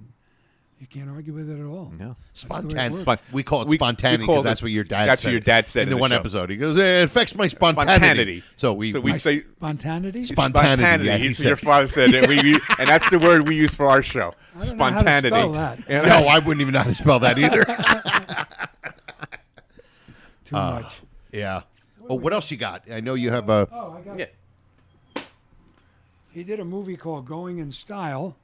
You can't argue with it at all. No. That's the way it Spontaneity. works. we call it spontaneity we call because that's this- what your dad that's said. what your dad in said in the the one show. episode. He goes, it affects my spontaneity. Spontaneity. So we So we my say- spontaneity. Spontaneity, yeah, he He's- said. your father said it. We, we- and that's the word we use for our show. don't know how to spell Spontaneity. that. And- no, I wouldn't even know how to spell that either. Too much. yeah. Oh, what else you got? I know you have a. Oh, I got Yeah. He did a movie called Going in Style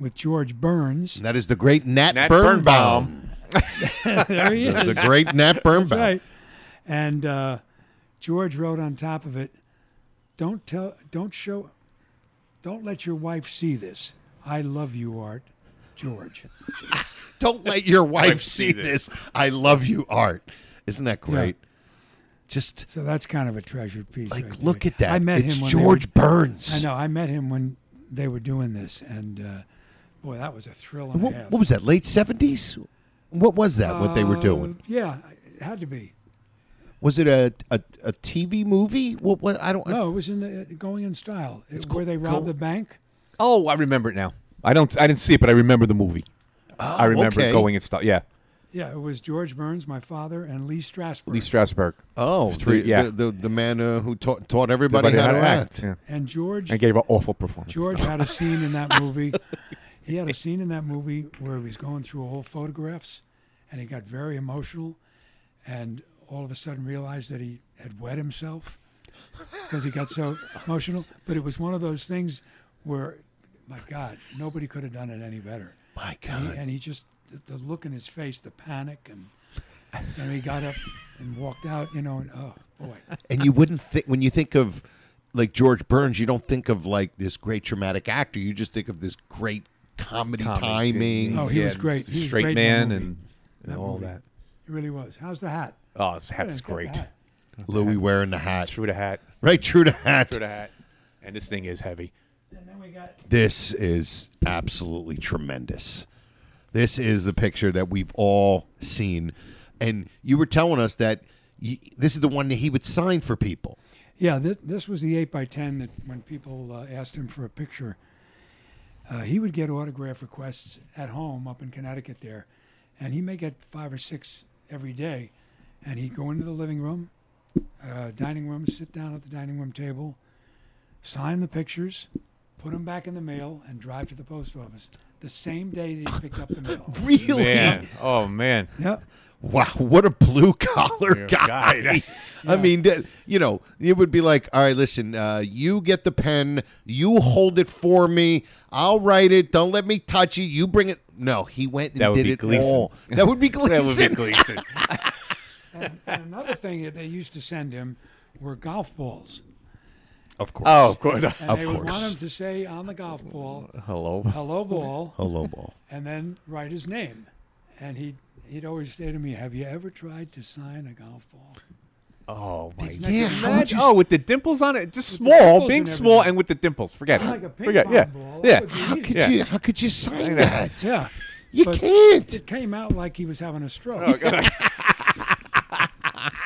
with George Burns. That is the great Nat, Nat Birnbaum. there he The is. great Nat Birnbaum. That's right. And uh, George wrote on top of it, "Don't tell, don't show, don't let your wife see this. I love you, Art, George." Don't let your wife see this. I love you, Art. Isn't that great? Just So that's kind of a treasured piece. like right there. look at that. I met it's him. When they George were- Burns. I know. I met him when they were doing this, and uh, boy, that was a thrill. And a What, half. what was that? Late seventies? What was that? what they were doing? Um, Uh, yeah, it had to be. Was it a a, a TV movie? What? What? I don't. No, it was in the uh, Going in Style, it, where they robbed go- the bank. oh, I remember it now. I don't. I didn't see it, but I remember the movie. I remember Oh, okay. going and stuff. Yeah, Yeah, it was George Burns, my father, and Lee Strasberg. Lee Strasberg. Oh, Three- the, yeah. the, the the man uh, who taught taught everybody, how to act. Yeah. and George And gave an awful performance. George had a scene in that movie. He had a scene in that movie where he was going through old photographs, and he got very emotional, and all of a sudden realized that he had wet himself because he got so emotional. But it was one of those things where, my God, nobody could have done it any better. My And he, God. and he just the, the look in his face, the panic, and and he got up and walked out. You know, and oh boy, And you wouldn't think when you think of like George Burns, you don't think of like this great dramatic actor. You just think of this great comedy, Comedy, timing. Oh, he yeah, was great. He was Straight great in man that movie. and, and That all movie. that. it really was. How's the hat? Oh, his Yeah, hat's it's got the great. hat. Louis wearing the hat, True to hat. right? True to hat. True to hat. And this thing is heavy. And then we got This is absolutely tremendous. This is the picture that we've all seen. And you were telling us that y this is the one that he would sign for people. yeah. This, this was the eight by ten that when people uh, asked him for a picture, uh, he would get autograph requests at home up in Connecticut there, and he may get five or six every day, and he'd go into the living room, uh, dining room, sit down at the dining room table, sign the pictures, put them back in the mail, and drive to the post office the same day that he picked up the mail. Really? Man. Oh, man. Yep. Wow, what a blue collar guy. guy. I mean, that- you know, it would be like, all right, listen, uh, you get the pen, you hold it for me, I'll write it, don't let me touch it, you bring it. No, he went and That would did be it Gleason. all. That would be That would Gleason. be Gleason. And, and another thing that they used to send him were golf balls. Of course. oh, of course. And Of they would course. want him to say on the golf ball, Hello. hello ball, Hello, ball. and then write his name. And he'd, he'd always say to me, Have you ever tried to sign a golf ball? Oh, my Isn't that Yeah, great? how would Imagine- you oh, with the dimples on it, just the small, dimples big, and small, everything. and with the dimples. Forget it. Like a ping Forget. pong Yeah, ball. yeah. That would be Could easy. Yeah. you, how could you sign that? Yeah. You But can't. It came out like he was having a stroke.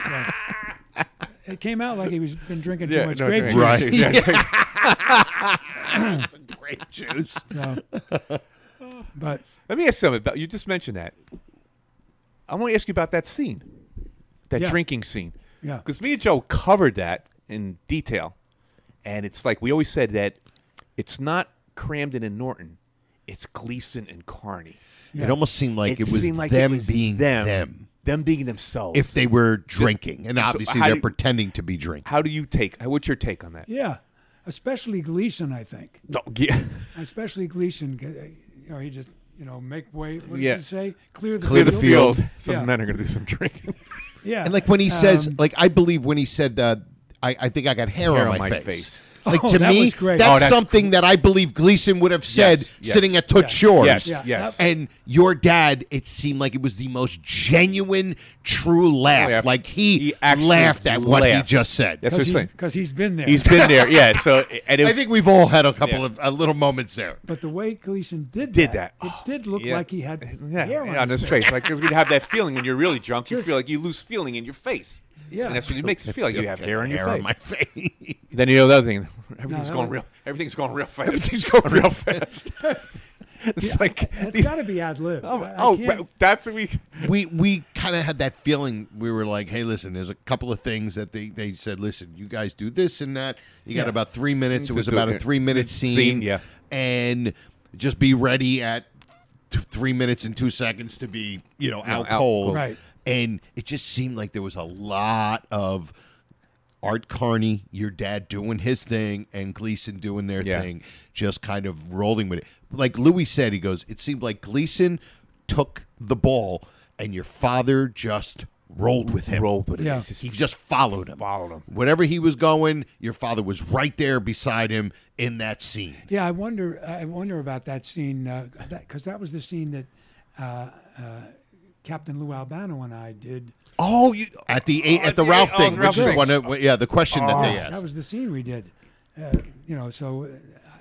Yeah. It came out like he was been drinking too Yeah, much no, grape drink. juice. Right. Grape juice. So- but Let me ask something about you. Just mentioned that. I want to ask you about that scene, that Yeah. drinking scene. Yeah. Because me and Joe covered that in detail, and it's like we always said that it's not Cramden and Norton, it's Gleason and Carney. It almost seemed like it, was seemed like it them was being them. them, them being themselves. If they were drinking, and obviously how they're do you- pretending to be drinking. how do you take? What's your take on that? yeah, especially Gleason, I think. No, yeah. especially Gleason. 'cause, uh, You know, he just you know make way. What does Yeah. it say? Clear the Clear the field. Some Yeah. men are going to do some drinking. Yeah, And like when he says, Um, like I believe when he said, uh, I, I think I got hair, on my, face. Like Oh, to that me, was great. that's, Oh, that's something that I believe Gleason would have said Yes, yes. sitting at Toots Shores. Yes, Yeah. yes. And your dad, it seemed like it was the most genuine, true laugh. Laugh. Like he, He actually laughed at what he laughed. just said. That's because what I'm he's, saying. 'cause he's been there. He's been there, yeah. So and it I was, think we've all had a couple Yeah. of uh, little moments there. but the way Gleason did Did that. it Oh, did look yeah. like he had yeah, hair on, on his face, like 'cause you'd have that feeling when you're really drunk. You Just- feel like you lose feeling in your face. Yeah. and that's what it makes you feel like you have hair on your face. on my face. Then you know the other thing. Everything's that going was- real. Everything's going real fast. everything's going real fast. It's like It's got to be ad lib. Oh, I- I oh, can't- that's what we we we kind of had that feeling. We were like, "Hey, listen, there's a couple of things that they, they said. Listen, you guys do this and that. You got Yeah. about three minutes. It To was do about a it. three minute Scene, scene, yeah. and just be ready at th- three minutes and two seconds to be you know No, out, out cold. cold. Right. And it just seemed like there was a lot of Art Carney, your dad doing his thing, and Gleason doing their Yeah. thing, just kind of rolling with it. Like Louis said, he goes, it seemed like Gleason took the ball, and your father just rolled with him. Rolled with him. Yeah. He just followed him. Followed him. Whatever he was going, your father was right there beside him in that scene. Yeah, I wonder. I wonder about that scene because that, 'cause that was the scene that uh, uh, Captain Lou Albano and I did. Oh, you at the eight, at the the Ralph eight- oh, thing, the which Ralph is thing. one of yeah the question that Oh. they That asked. was the scene we did. Uh, you know, so uh,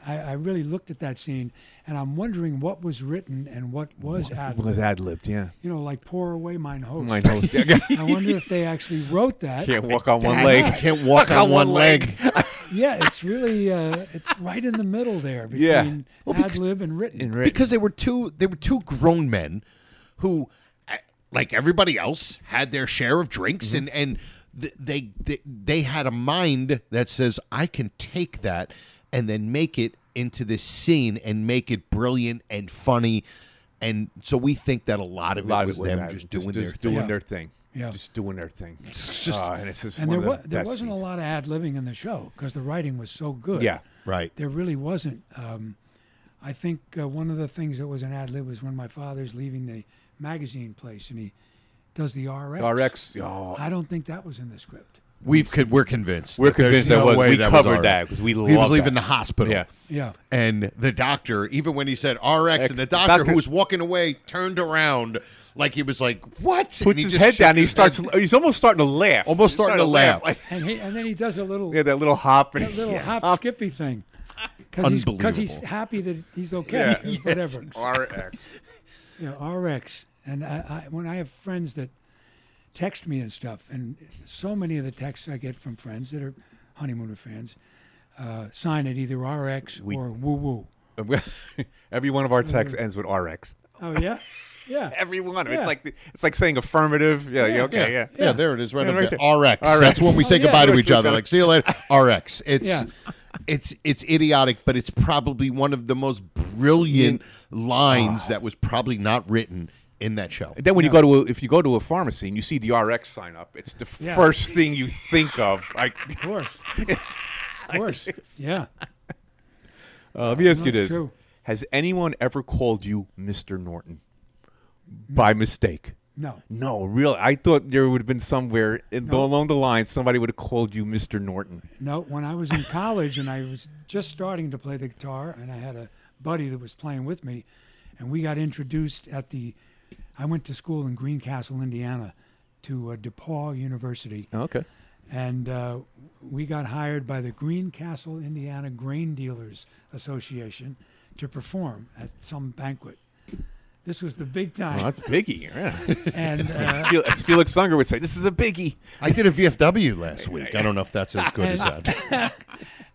I, I really looked at that scene, and I'm wondering what was written and what was ad was ad libbed. Yeah. You know, like pour away mine host. Mine host, yeah. I wonder if they actually wrote that. Can't walk on one leg. Yeah. Can't walk Walk on on one one leg. yeah, it's really uh, it's right in the middle there between Yeah. Well, ad lib and written. because they were two they were two grown men who eh, like everybody else had their share of drinks Mm-hmm. and and th- they, they they had a mind that says I can take that and then make it into this scene and make it brilliant and funny and so we think that a lot of A lot it of was it was them that, just just- doing their just doing thing. their thing. Yeah. Just doing their thing. It's just- Ah, and it's just and one there, of the wa- there best wasn't scenes. a lot of ad libbing in the show because the writing was so good. Yeah. Right. There really wasn't. Um, I think uh, one of the things that was an ad lib was when my father's leaving the magazine place and he does the RX. RX, oh. I don't think that was in the script. We've could we're convinced. We're that there's convinced that no was- way we that was covered RX. that, 'cause we he was love leaving that. the hospital. Yeah. Yeah. And the doctor, even when he said RX, Ex- and the doctor, doctor- who was walking away turned around like he was like, "What?" and Puts his head down. He starts. He's almost starting to laugh. Almost He's starting to laugh. Like, And, he, and then he does a little, yeah, that little hop. and- that little yeah. hop skippy thing. Because he's, 'cause he's Unbelievable. happy that he's okay. Yeah. or whatever. RX. you know, RX. And I, I, when I have friends that text me and stuff, and so many of the texts I get from friends that are honeymooner fans uh, sign it either RX or woo woo. Every one of our texts ends with RX. Oh yeah, yeah. Every one. Mm-hmm. Yeah. It's like the- it's like saying affirmative. Yeah. yeah, Yeah. okay. Yeah. Yeah, there it is, right Yeah, up there. there. RX. That's when we Oh, say yeah. goodbye to Right each other. Like, see you later. RX. It's Yeah. it's it's idiotic, but it's probably one of the most brilliant Ah. lines that was probably not written in that show. Then when you go to a, if you go to a pharmacy and you see the RX sign up, it's the Yeah. first thing you think of. Like, Of course, of course. Yeah. uh, let me ask you No, it's this: true. Has anyone ever called you Mister Norton by mistake? No. No, really. I thought there would have been somewhere in, along the line somebody would have called you Mister Norton. No, when I was in college and I was just starting to play the guitar, and I had a buddy that was playing with me, and we got introduced at the. I went to school in Greencastle, Indiana, to uh, DePaul University, Okay. and uh, we got hired by the Greencastle, Indiana Grain Dealers Association to perform at some banquet. This was the big time. Well, that's biggie. Yeah. And, uh, Fel- as Felix Unger would say, this is a biggie. I did a VFW last week. I don't know if that's as good as And- that.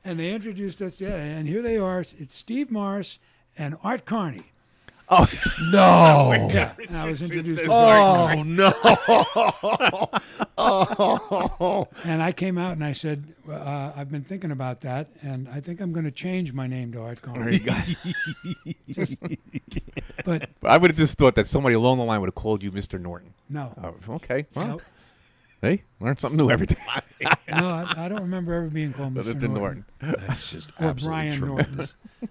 and they introduced us, yeah, and here they are. It's Steve Morris and Art Carney. Oh, No. Yeah, and I was introduced. as Art Oh no! oh. Carney. And I came out and I said, well, uh, I've been thinking about that, and I think I'm going to change my name to Art Carney. But I would have just thought that somebody along the line would have called you Mister Norton. no, Oh, okay. Well, Nope. hey, learn something new every day. no, I, I don't remember ever being called But Mr. it's in Norton. That's just or absolutely Brian tremendous. Norton.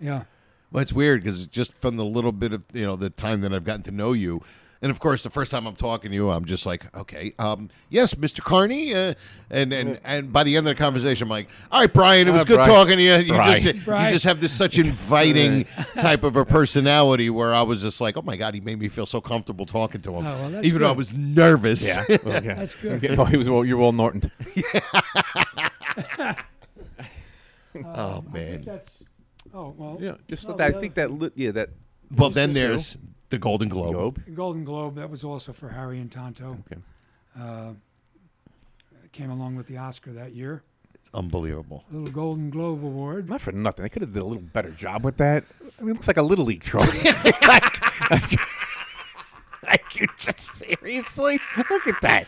Yeah. Well, it's weird because just from the little bit of you know the time that I've gotten to know you, and of course the first time I'm talking to you, I'm just like, okay, um, yes, Mr. Carney, uh, and and and by the end of the conversation, I'm like, all right, Brian, it was Uh, good Brian. talking to you. You Brian. just Brian. you just have this such inviting type of a personality where I was just like, oh my god, he made me feel so comfortable talking to him, Oh, well, that's even though I good. was nervous. Yeah. Okay. That's good. Okay. Well, he was well, you're all Norton. oh man. That's. Oh well. Yeah. Just no, that, the I think that lit, yeah that Well, then there's the Golden Globe. globe. other- Golden Globe that was also for Harry and Tonto. Okay. It came along with the Oscar that year. Unbelievable. Little Golden Globe Award. Not for nothing. I could have did a little better job with that. I mean, it looks like a little league trophy. Like you just seriously look at that.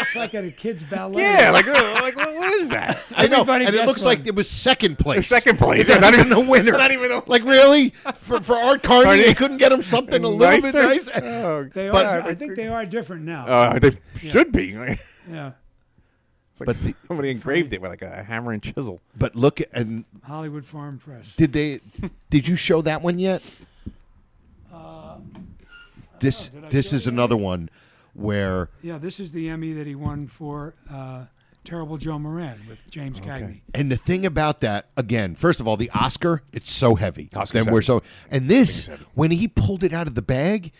It's like at a kid's ballet. yeah, like, uh, like what, what is that? I know, Everybody and it gets looks one. like it was second place. Second place. They're not even the winner. Not even a- like really for for Art Carney, Carney. they couldn't get him something a little bit nice. Nicer? Oh, They But- are. I think they are different now. uh, they should be. It's yeah, like But the- somebody engraved it with like a hammer and chisel. But look at- and Hollywood Farm Press. did they did you show that one yet? Uh, This this is another one where Yeah, this is the Emmy that he won for uh, Terrible Joe Moran with James Cagney. And the thing about that, again, first of all, the Oscar, it's so heavy. Oscar's then we're heavy. so and this when he pulled it out of the bag,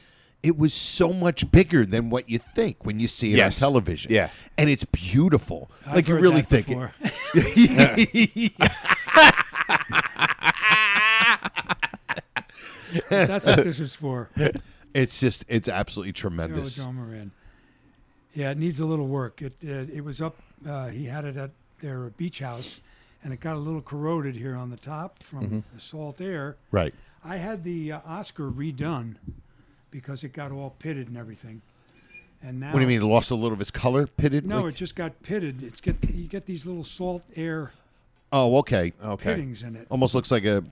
it was so much bigger than what you think when you see it Yes. on television. Yeah. And it's beautiful. I've like you heard really that think before. it. That's what this is for. It's just it's absolutely Terrible tremendous. Joe Moran. Yeah, it needs a little work. It uh, it was up. Uh, he had it at their beach house, and it got a little corroded here on the top from the salt air. Mm-hmm. Right. I had the uh, Oscar redone because it got all pitted and everything. And now What do you mean? It lost a little of its color pitted? No, Like- it just got pitted. It's get you get these little salt air oh, okay. Okay. pittings in it. Almost looks like a uh,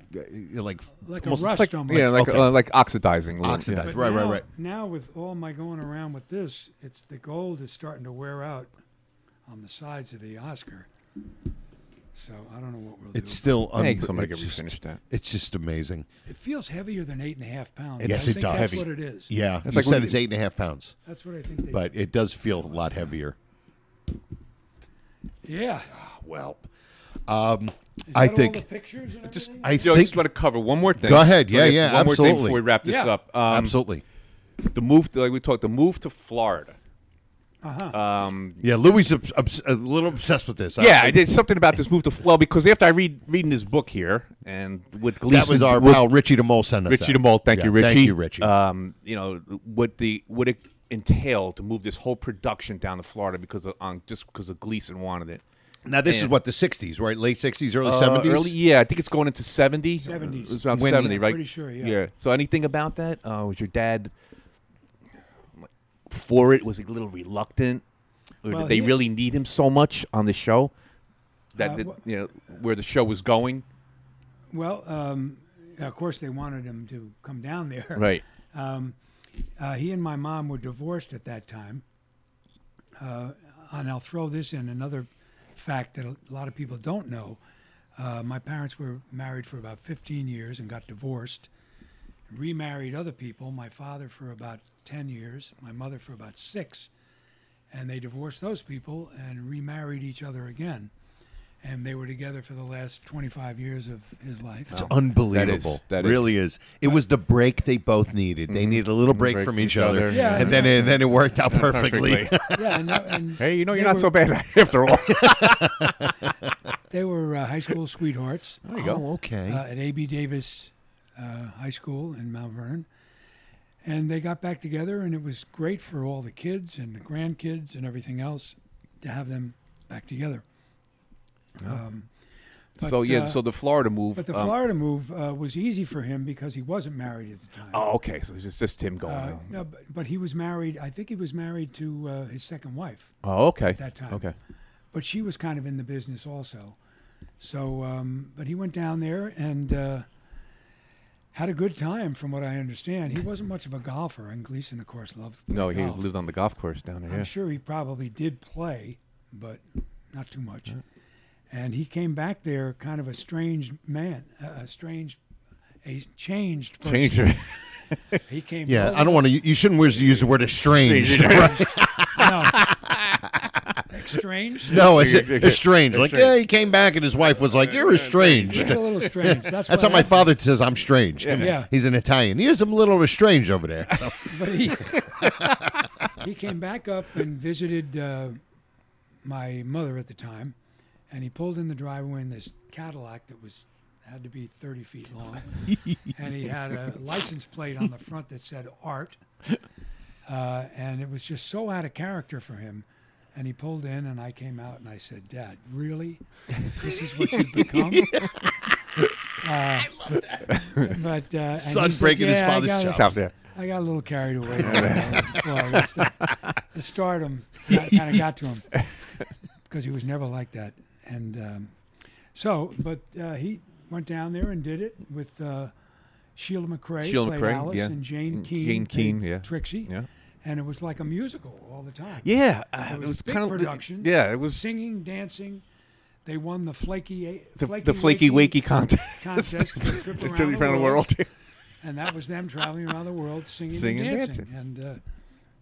like Like a almost- rust it's like- almost. Yeah, like Okay. uh, like oxidizing. a little- Oxidized. yeah. Right, right, now- right. Now with all my going around with this, it's the gold is starting to wear out on the sides of the Oscar. So I don't know what we'll It's do. still I un- think somebody could Um, it's just- refinish that. It's just amazing. It feels heavier than eight and a half pounds. Yes, I it think does. That's Heavy. what it is. Yeah, you like when said you- it's eight and a half pounds, That's what I think. They but it does feel a lot heavier. yeah, Well, um, is I that think all the pictures and Just, everything? I Joe, I think just want to cover one more thing. Go ahead. So Yeah, we have yeah, One more thing absolutely. before we wrap this Yeah. up. Um, absolutely. The move, to, like we talked, the move to Florida. Yeah, Louis obs- obs- a little obsessed with this. Yeah, I did something about this move to Florida because after I read reading this book here and with Gleason, That was our with pal Richie DeMol sent us. Richie that. DeMol. Thank Yeah, you, Richie. Thank you, Richie. Um, you know what the what it entailed to move this whole production down to Florida because of, on just because of Gleason wanted it. now this is and- what the '60s, right? Late '60s, early Uh, '70s. early- yeah, I think it's going into 70. 70s. It was around When- 70, Yeah, right? pretty sure, yeah. So anything about that? Uh, was your dad for it? Was he a little reluctant? Or Well, did they he- really need him so much on the show that, Uh, that, wha- you know where the show was going? well, um, of course they wanted him to come down there. Right. Uh, he and my mom were divorced at that time. Uh, and I'll throw this in another fact that a lot of people don't know. Uh, my parents were married for about 15 years and got divorced, remarried other people, my father for about 10 years, my mother for about six. And they divorced those people and remarried each other again. And they were together for the last 25 years of his life. It's unbelievable. that is- really is. It was the break they both needed. They needed a little break, from each, other, Yeah. and then it, then it worked out perfectly. yeah, and, that- and Hey, you know they you're not were- so bad after all. They were uh, high school sweethearts. there you go. Oh, okay. uh, at A.B. Davis uh, High School in Mount Vernon. And they got back together, and it was great for all the kids and the grandkids and everything else to have them back together. so but, yeah, uh, so the Florida move. But the um, Florida move uh, was easy for him because he wasn't married at the time. oh, okay. So it's just him going. Uh, no, but, but he was married. I think he was married to uh, his second wife, oh, okay. that time. Okay. but she was kind of in the business also. So, um, but he went down there and uh, had a good time, from what I understand. He wasn't much of a golfer, and Gleason, of course, loved. to play No, he golf. lived on the golf course down there. I'm yeah. sure he probably did play, but not too much. And he came back there kind of a strange man, a a strange, a changed person. Changed it. He came. Yeah, over- I don't want to. You shouldn't use- use the word estranged. strange. no, it's estranged. Like, yeah, he came back and his wife was like, "You're estranged." It's a little strange. That's, That's how what my happened. father says I'm strange. Yeah. He's an Italian. He is a little strange over there. So, But he, he came back up and visited uh, my mother at the time, and he pulled in the driveway in this Cadillac that was had to be 30 feet long, and he had a license plate on the front that said Art, uh, and it was just so out of character for him. And he pulled in, and I came out, and I said, "Dad, really? This is what you've become?" I love that. Uh, But uh, and Son he said, breaking his "Yeah, I father's got a- chops." Yeah. I got a little carried away. uh, before I went to- the stardom kind of got to him because he was never like that. And um, so, but uh, he went down there and did it with uh, Sheila McRae, Sheila played McRae, Alice, yeah. and Jane And Keane, Jane played Keane, yeah. Trixie, Yeah. and it was like a musical all the time. Yeah, uh, it it was, was big kinda- production. yeah, it was- singing, dansing. They won the flaky, The- the Flaky Wakey contest. contest for a trip They took around, the around the world, world. and that was them traveling around the world singing, Singing and and dancing, and uh,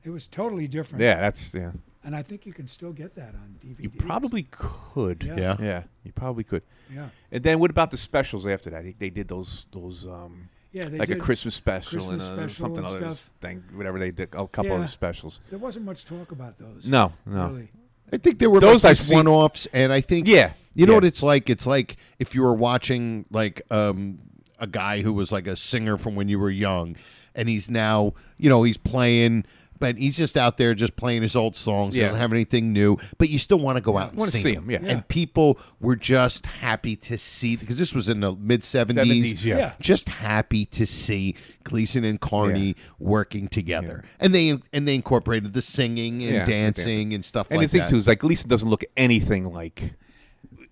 it was totally different. Yeah, that's yeah. And I think you can still get that on DVD. You probably could. Yeah. Yeah. Yeah. You probably could. Yeah. And then what about the specials after that? They- They did those those um Yeah, they like a did Christmas special Christmas and uh special something and other stuff. thing, whatever they did, a couple Yeah. of specials. There wasn't much talk about those. No, no. Really. I think they were Those those I've like just seen- one-offs, and I think Yeah, you know yeah. what it's like. It's like if you were watching like um, a guy who was like a singer from when you were young, and he's now you know he's playing, but he's just out there just playing his old songs. He Yeah. doesn't have anything new, but you still want to go out and wanna see, see him. 'em, yeah. Yeah. and people were just happy to see because this was in the mid 70s, seventies. yeah. Yeah. just happy to see Gleason and Carney working together, and they and they incorporated the singing and Yeah, the dancing. dancing, and stuff And like the thing that. too is like Gleason doesn't look anything like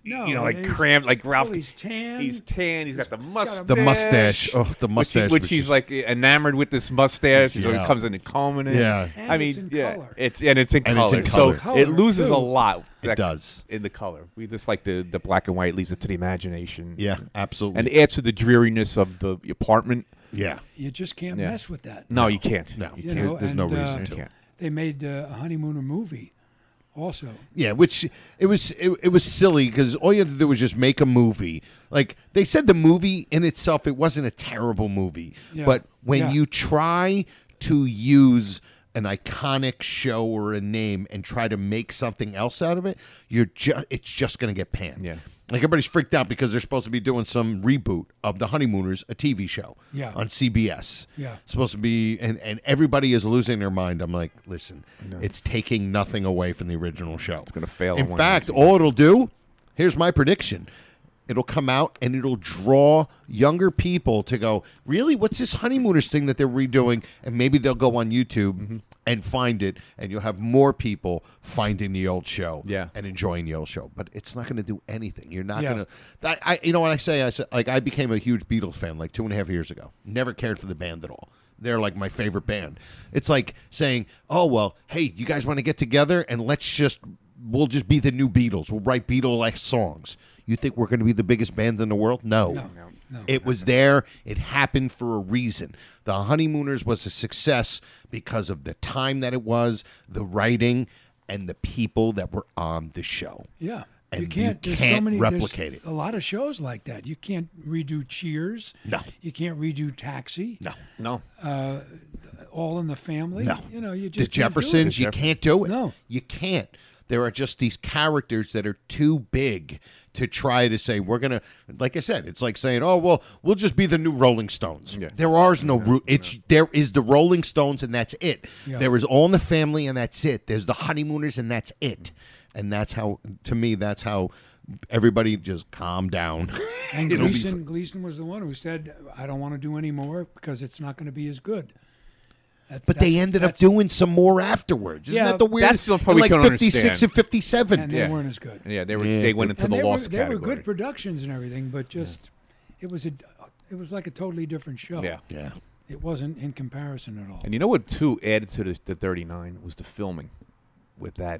No, you know like Oh, he's- crammed like Ralph. Oh, he's tan. He's tan. he's got the mustache. The mustache. Oh, the which he- mustache, Which, which he's is- like enamored with this mustache. He's always Yeah. comes in and combing it. Yeah. And I it's mean, in yeah. color. It's and it's in And it's color. in So color. it loses Too. a lot. It that- does. in the color. We just like the the black and white leaves it to the imagination. Yeah, absolutely. And it adds to the dreariness of the apartment. yeah, You just can't Yeah. mess with that. No, you can't. No. You You can't. know, There's no and, reason uh, to. Can't. They made uh, a honeymooner movie, also. yeah. Which it was it, it was silly because all you had to do was just make a movie. Like they said, the movie in itself it wasn't a terrible movie, Yeah. but when Yeah. you try to use an iconic show or a name and try to make something else out of it, you're just it's just gonna get panned. Yeah. Like everybody's freaked out because they're supposed to be doing some reboot of The Honeymooners, a TV show Yeah. on CBS. Yeah. supposed to be and and everybody is losing their mind i'm like listen it's taking nothing away from the original show it's gonna fail on in one fact hand. all it'll do here's my prediction it'll come out and it'll draw younger people to go really what's this honeymooners thing that they're redoing and maybe they'll go on youtube Mm-hmm. and find it and you'll have more people finding the old show Yeah. and enjoying the old show but it's not going to do anything you're not Yeah. going to that I you know what I say I say, like I became a huge Beatles fan like two and a half years ago. Never cared for the band at all. They're like my favorite band. It's like saying, "Oh well, hey, you guys want to get together and let's just we'll just be the new Beatles. We'll write Beatle-like songs." You think we're going to be the biggest band in the world? No. it was there. It happened for a reason. The Honeymooners was a success because of the time that it was, the writing, and the people that were on the show. Yeah. And you you can't, there's so can't many, there's replicate it. A lot of shows like that. You can't redo Cheers. No. You can't redo Taxi. No. No. All in the Family. No. You know, you the just can't do it. Jeffersons, you can't do it. No. You can't. There are just these characters that are too big to try to say we're gonna. Like I said, it's like saying, "Oh well, we'll just be the new Rolling Stones." There are no, ru It's there is the Rolling Stones, and that's it. Yeah. There is All in the Family, and that's it. There's the Honeymooners, and that's it. And that's how, to me, that's how everybody just calm down. And It'll be Gleason, Gleason was the one who said, "I don't want to do any more because it's not going to be as good." But That- that's- they ended up that's- doing some more afterwards. Isn't Yeah, that the weirdest? that's what probably like can't understand. and fifty-seven. and they Yeah. weren't as good. Yeah, they were. Yeah, they went into and the they lost were, they category. were good productions and everything, but just it was a it was like a totally different show. Yeah. Yeah. it wasn't in comparison at all. And you know what? Too added to the, the 39 was the filming with that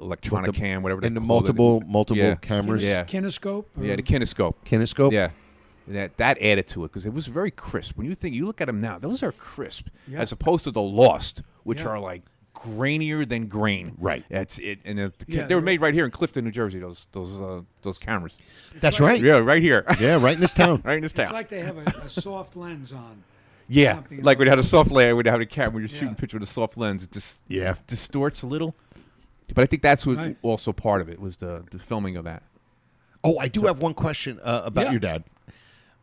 electronic the- cam, whatever. they and the called it. multiple multiple Yeah. cameras. Yeah. Kinescope. Or, Yeah, the kinescope. Kinescope. Yeah. And That that added to it because it was very crisp. When you think you look at them now, those are crisp Yeah. as opposed to the Lost, which Yeah. are like grainier than grain. Right. That's it. And it, Yeah, they were they're- made right here in Clifton, New Jersey. Those those uh, those cameras. That's right. Yeah, right here, Yeah, right in this town. right in this it's town. like they have a, a soft lens on. yeah, something like when you had a soft layer, when you had a camera, when you're shooting Yeah. a picture with a soft lens, it just Yeah. distorts a little. But I think that's what Right. also part of it was the the filming of that. Oh, I do have one question uh, about Yeah. your dad.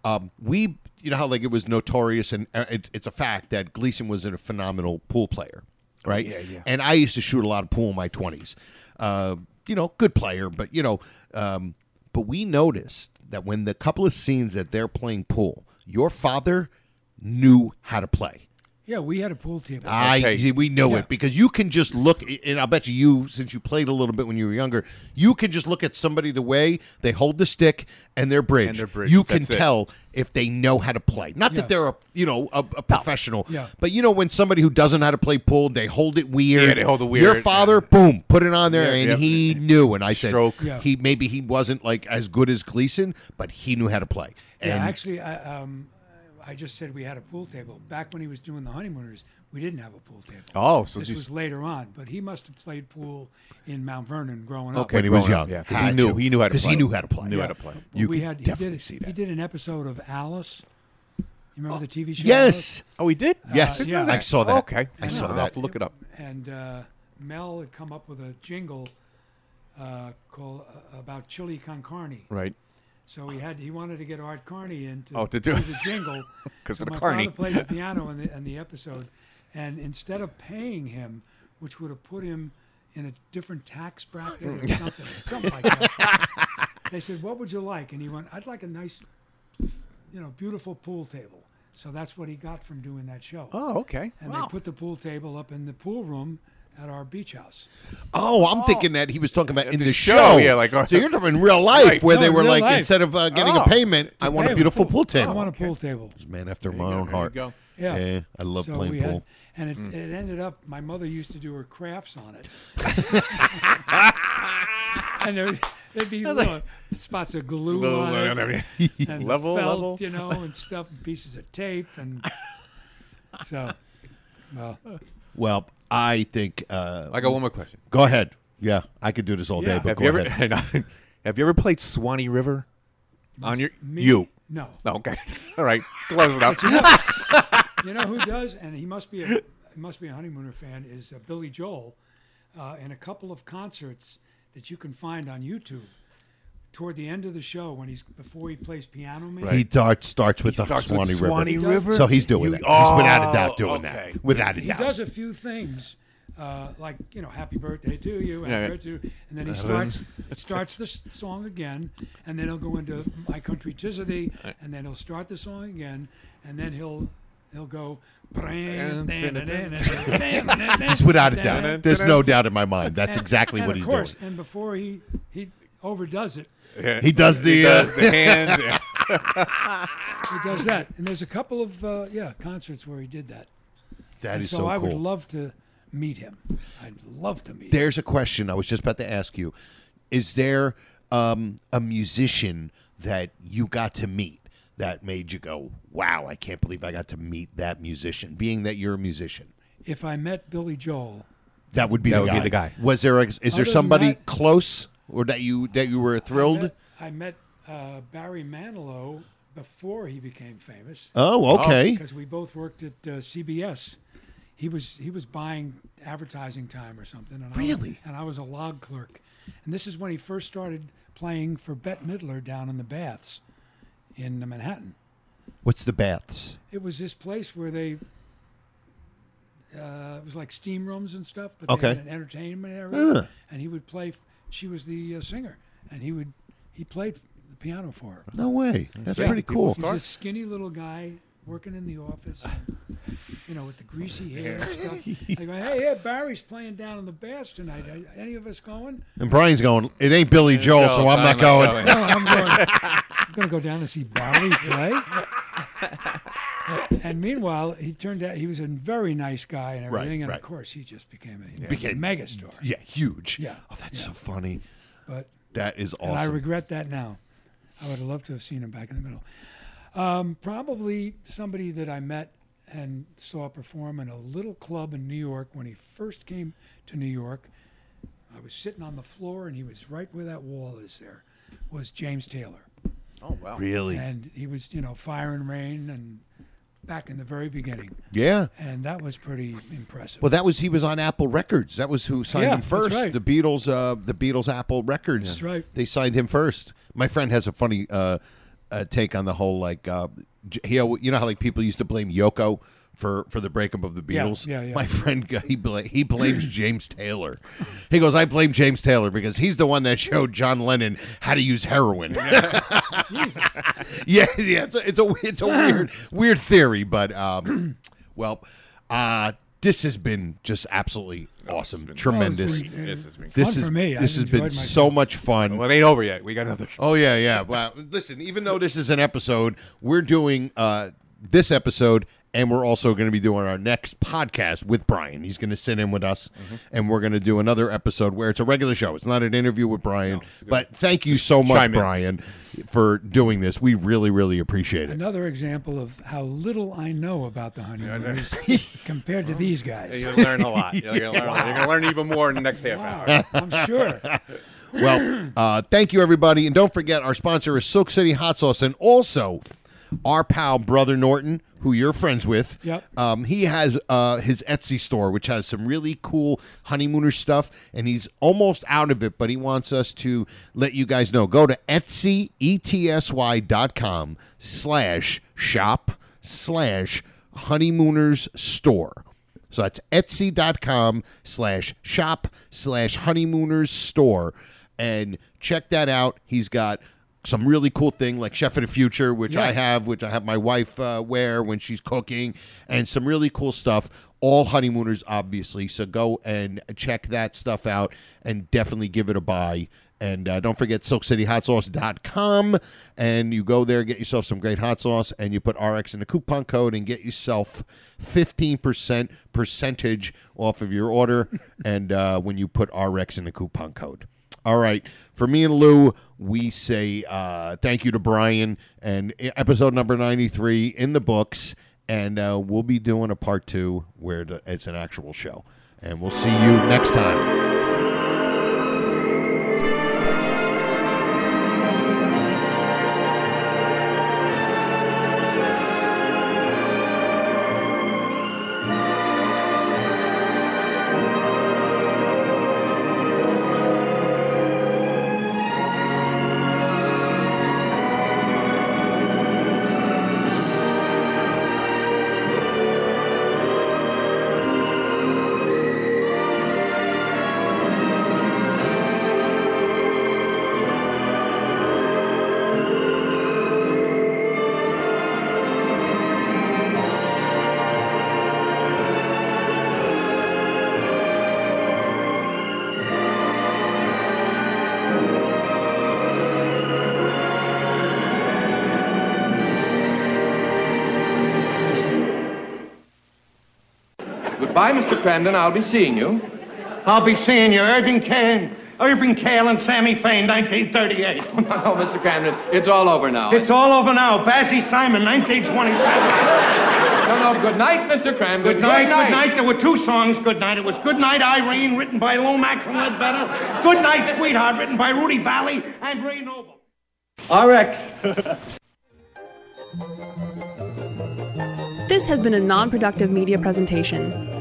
Um, we, you know how like it was notorious, and uh, it, it's a fact that Gleason was a phenomenal pool player, right? Yeah, yeah. And I used to shoot a lot of pool in my twenties. Uh, you know, good player, but you know, um, but But we noticed that when the couple of scenes that they're playing pool, your father knew how to play. Yeah, we had a pool table. I see, we know it because you can just look, and I bet you, you since you played a little bit when you were younger, you can just look at somebody the way they hold the stick and their bridge. And their bridge, You can that's it. tell if they know how to play. Not Yeah. that they're a you know a, a professional, Yeah. but you know when somebody who doesn't know how to play pool, they hold it weird. Yeah, they hold it Your weird. father, boom, put it on there, Yeah, and yeah. he knew. And I said, Yeah. he maybe he wasn't like as good as Gleason, but he knew how to play. And yeah, actually, I, um, I just said we had a pool table. Back when he was doing the honeymooners, we didn't have a pool table. Oh, so this just- was later on. But he must have played pool in Mount Vernon growing up. Okay, When he was growing up, young. yeah, 'cause he Had knew- to. he knew how to 'Cause he play. knew how to play. Knew how to play. You we could had he definitely did, He did an episode of Alice. You remember the TV show? Oh, yes. Alice? Oh, he did. Uh, yes, yeah. I saw that. Okay. I saw I'll that. have to look it up. and uh, Mel had come up with a jingle uh, called uh, about chili con carne. Right. So he had he wanted to get Art Carney in to, Oh, to do- the jingle 'Cause so of the my Carney. father plays the piano in the in the episode, and instead of paying him, which would have put him in a different tax bracket or something, something like that, they said, "What would you like?" And he went, "I'd like a nice, you know, beautiful pool table." So that's what he got from doing that show. Oh, okay. And Wow. they put the pool table up in the pool room at our beach house. Oh, I'm thinking that he was talking about in the, show. show, yeah, like- so you're talking in real life Right. where No, they in were real like, life. instead of uh, getting Oh. a payment, I want Hey, a beautiful pool I table. want a pool table. This man after my own heart. go. Yeah. Eh, I love So playing we had- pool. and it, Mm. it ended up, my mother used to do her crafts on it. and there, would- there'd be little spots of glue Glue on on it. everything. and uh, Level, felt, level. You know, and stuff, and pieces of tape. And so, well, Well, I think. Uh, I got one more question. Go ahead. Yeah, I could do this all Yeah. day, but have go you ever ahead. have you ever played Swanee River? On your Me? you No. okay. All right. Close it up. But you, know, you know who does, and he must be a he must be a honeymooner fan is uh, Billy Joel, uh, in a couple of concerts that you can find on YouTube. Toward the end of the show, when he's before he plays piano man, He dart, starts with He the starts Swanee, with Swanee River. River? So he's doing You- that. he's without Oh, a doubt doing okay. that. Without a he doubt. does a few things. Uh, like you know, happy birthday to you, happy Yeah, yeah. birthday to you, and then he Uh, starts it starts the s- song again, and then he'll go into my country tis of thee, and then he'll start the song again, and then he'll he'll go. He's without a doubt. There's no doubt in my mind. That's And- exactly and what of he's course, doing. And before he he overdoes it, Yeah. He does the, He does uh, the hand. he does that, and there's a couple of uh, yeah concerts where he did that. That and is so, so I would cool. love to meet him. I'd love to meet. him. There's a question I was just about to ask you. Is there um, a musician that you got to meet that made you go, wow, I can't believe I got to meet that musician, being that you're a musician? If I met Billy Joel, That would be, That the, would guy. be the guy. Was there a, is Other there than somebody that- close or that you that you were thrilled? I met uh, Barry Manilow before he became famous. Oh, okay. Because we both worked at uh, CBS. He was he was buying advertising time or something. And I was, Really? and I was a log clerk. And this is when he first started playing for Bette Midler down in the baths in Manhattan. What's the baths? It was this place where they. Uh, it was like steam rooms and stuff, but they Okay. had an entertainment area, Yeah. and he would play. f- She was the uh, singer, and he would he played f- the piano for her. No way. That's pretty cool. He's a skinny little guy working in the office, you know, with the greasy hair and stuff. I go, hey, yeah, Barry's playing down in the bass tonight. Are any of us going? And Brian's going, it ain't Billy Yeah, Joel, Joel, so I'm, I'm not, not going. going. No, I'm going. I'm gonna go down and see Barry play. and meanwhile, he turned out he was a very nice guy and Right, everything. and right. of course, he just became a Became- mega star. Yeah, huge. Yeah. Oh, that's so funny. But that is awesome. And I regret that now. I would have loved to have seen him back in the middle. Um, probably somebody that I met and saw perform in a little club in New York when he first came to New York. I was sitting on the floor and he was right where that wall is there, was James Taylor. Oh, wow. Really? And he was, you know, Fire and Rain and back in the very beginning. Yeah. And that was pretty impressive. Well, that was he was on Apple Records. That was who signed Yeah, him that's first. right. The Beatles, uh, the Beatles, Apple Records. That's right. They signed him first. My friend has a funny uh, uh, take on the whole like uh, j- he, al- you know how like people used to blame Yoko for for the breakup of the Yeah, Beatles. yeah, yeah. My friend he, bla- he blames James Taylor. He goes, "I blame James Taylor because he's the one that showed John Lennon how to use heroin." yeah, yeah, it's a, it's a it's a weird weird theory, but um, well, uh, this has been just absolutely awesome, tremendous. Oh, it's Oh, been, uh, this has fun been this for is- me. I This has enjoyed been so much fun. Well, it ain't over yet. We got another. Oh yeah, yeah. Well, listen, even though this is an episode, we're doing uh, this episode, and we're also going to be doing our next podcast with Brian. He's going to sit in with us, Mm-hmm. and we're going to do another episode where it's a regular show. It's not an interview with Brian, but thank you so much, Chime in. Brian, for doing this. We really, really appreciate it. Another example of how little I know about the honeymooners compared to these guys. You're gonna learn a lot. You're gonna learn, a lot. You're gonna learn even more in the next half hour. I'm sure. well, uh, thank you, everybody. And don't forget, our sponsor is Silk City Hot Sauce and also our pal, Brother Norton, who you're friends with. Yep. Um, he has uh, his Etsy store, which has some really cool honeymooner stuff, and he's almost out of it, but he wants us to let you guys know. Go to Etsy, E E-T-S-Y dot com slash shop slash honeymooners store. So that's etsy.com slash shop slash honeymooners store. And check that out. He's got some really cool thing like Chef of the Future, which I Yeah. have, which I have my wife uh, wear when she's cooking, and some really cool stuff. All honeymooners, obviously. So go and check that stuff out and definitely give it a buy. And uh, don't forget silkcityhotsauce.com. And you go there, get yourself some great hot sauce, and you put RX in the coupon code and get yourself 15% percentage off of your order. and uh, when you put RX in the coupon code. All right. For me and Lou, we say uh, thank you to Brian and e, episode number 93 in the books. And uh, we'll be doing a part two where the, it's an actual show. And we'll see you next time. Goodbye, Mr. Crandon. I'll be seeing you. I'll be seeing you, Irving Kane. Irving Kale and Sammy Fain, 1938. Oh, Mr. Crandon, it's all over now. It's all over now. Bassy Simon, 1927. No, no, good night, Mr. Crandon. Good night, good night. There were two songs, Good Night. It was Good Night, Irene, written by Lomax and Ledbetter. Good Night, Sweetheart, written by Rudy Valley and Ray Noble. RX. This has been a non productive media presentation.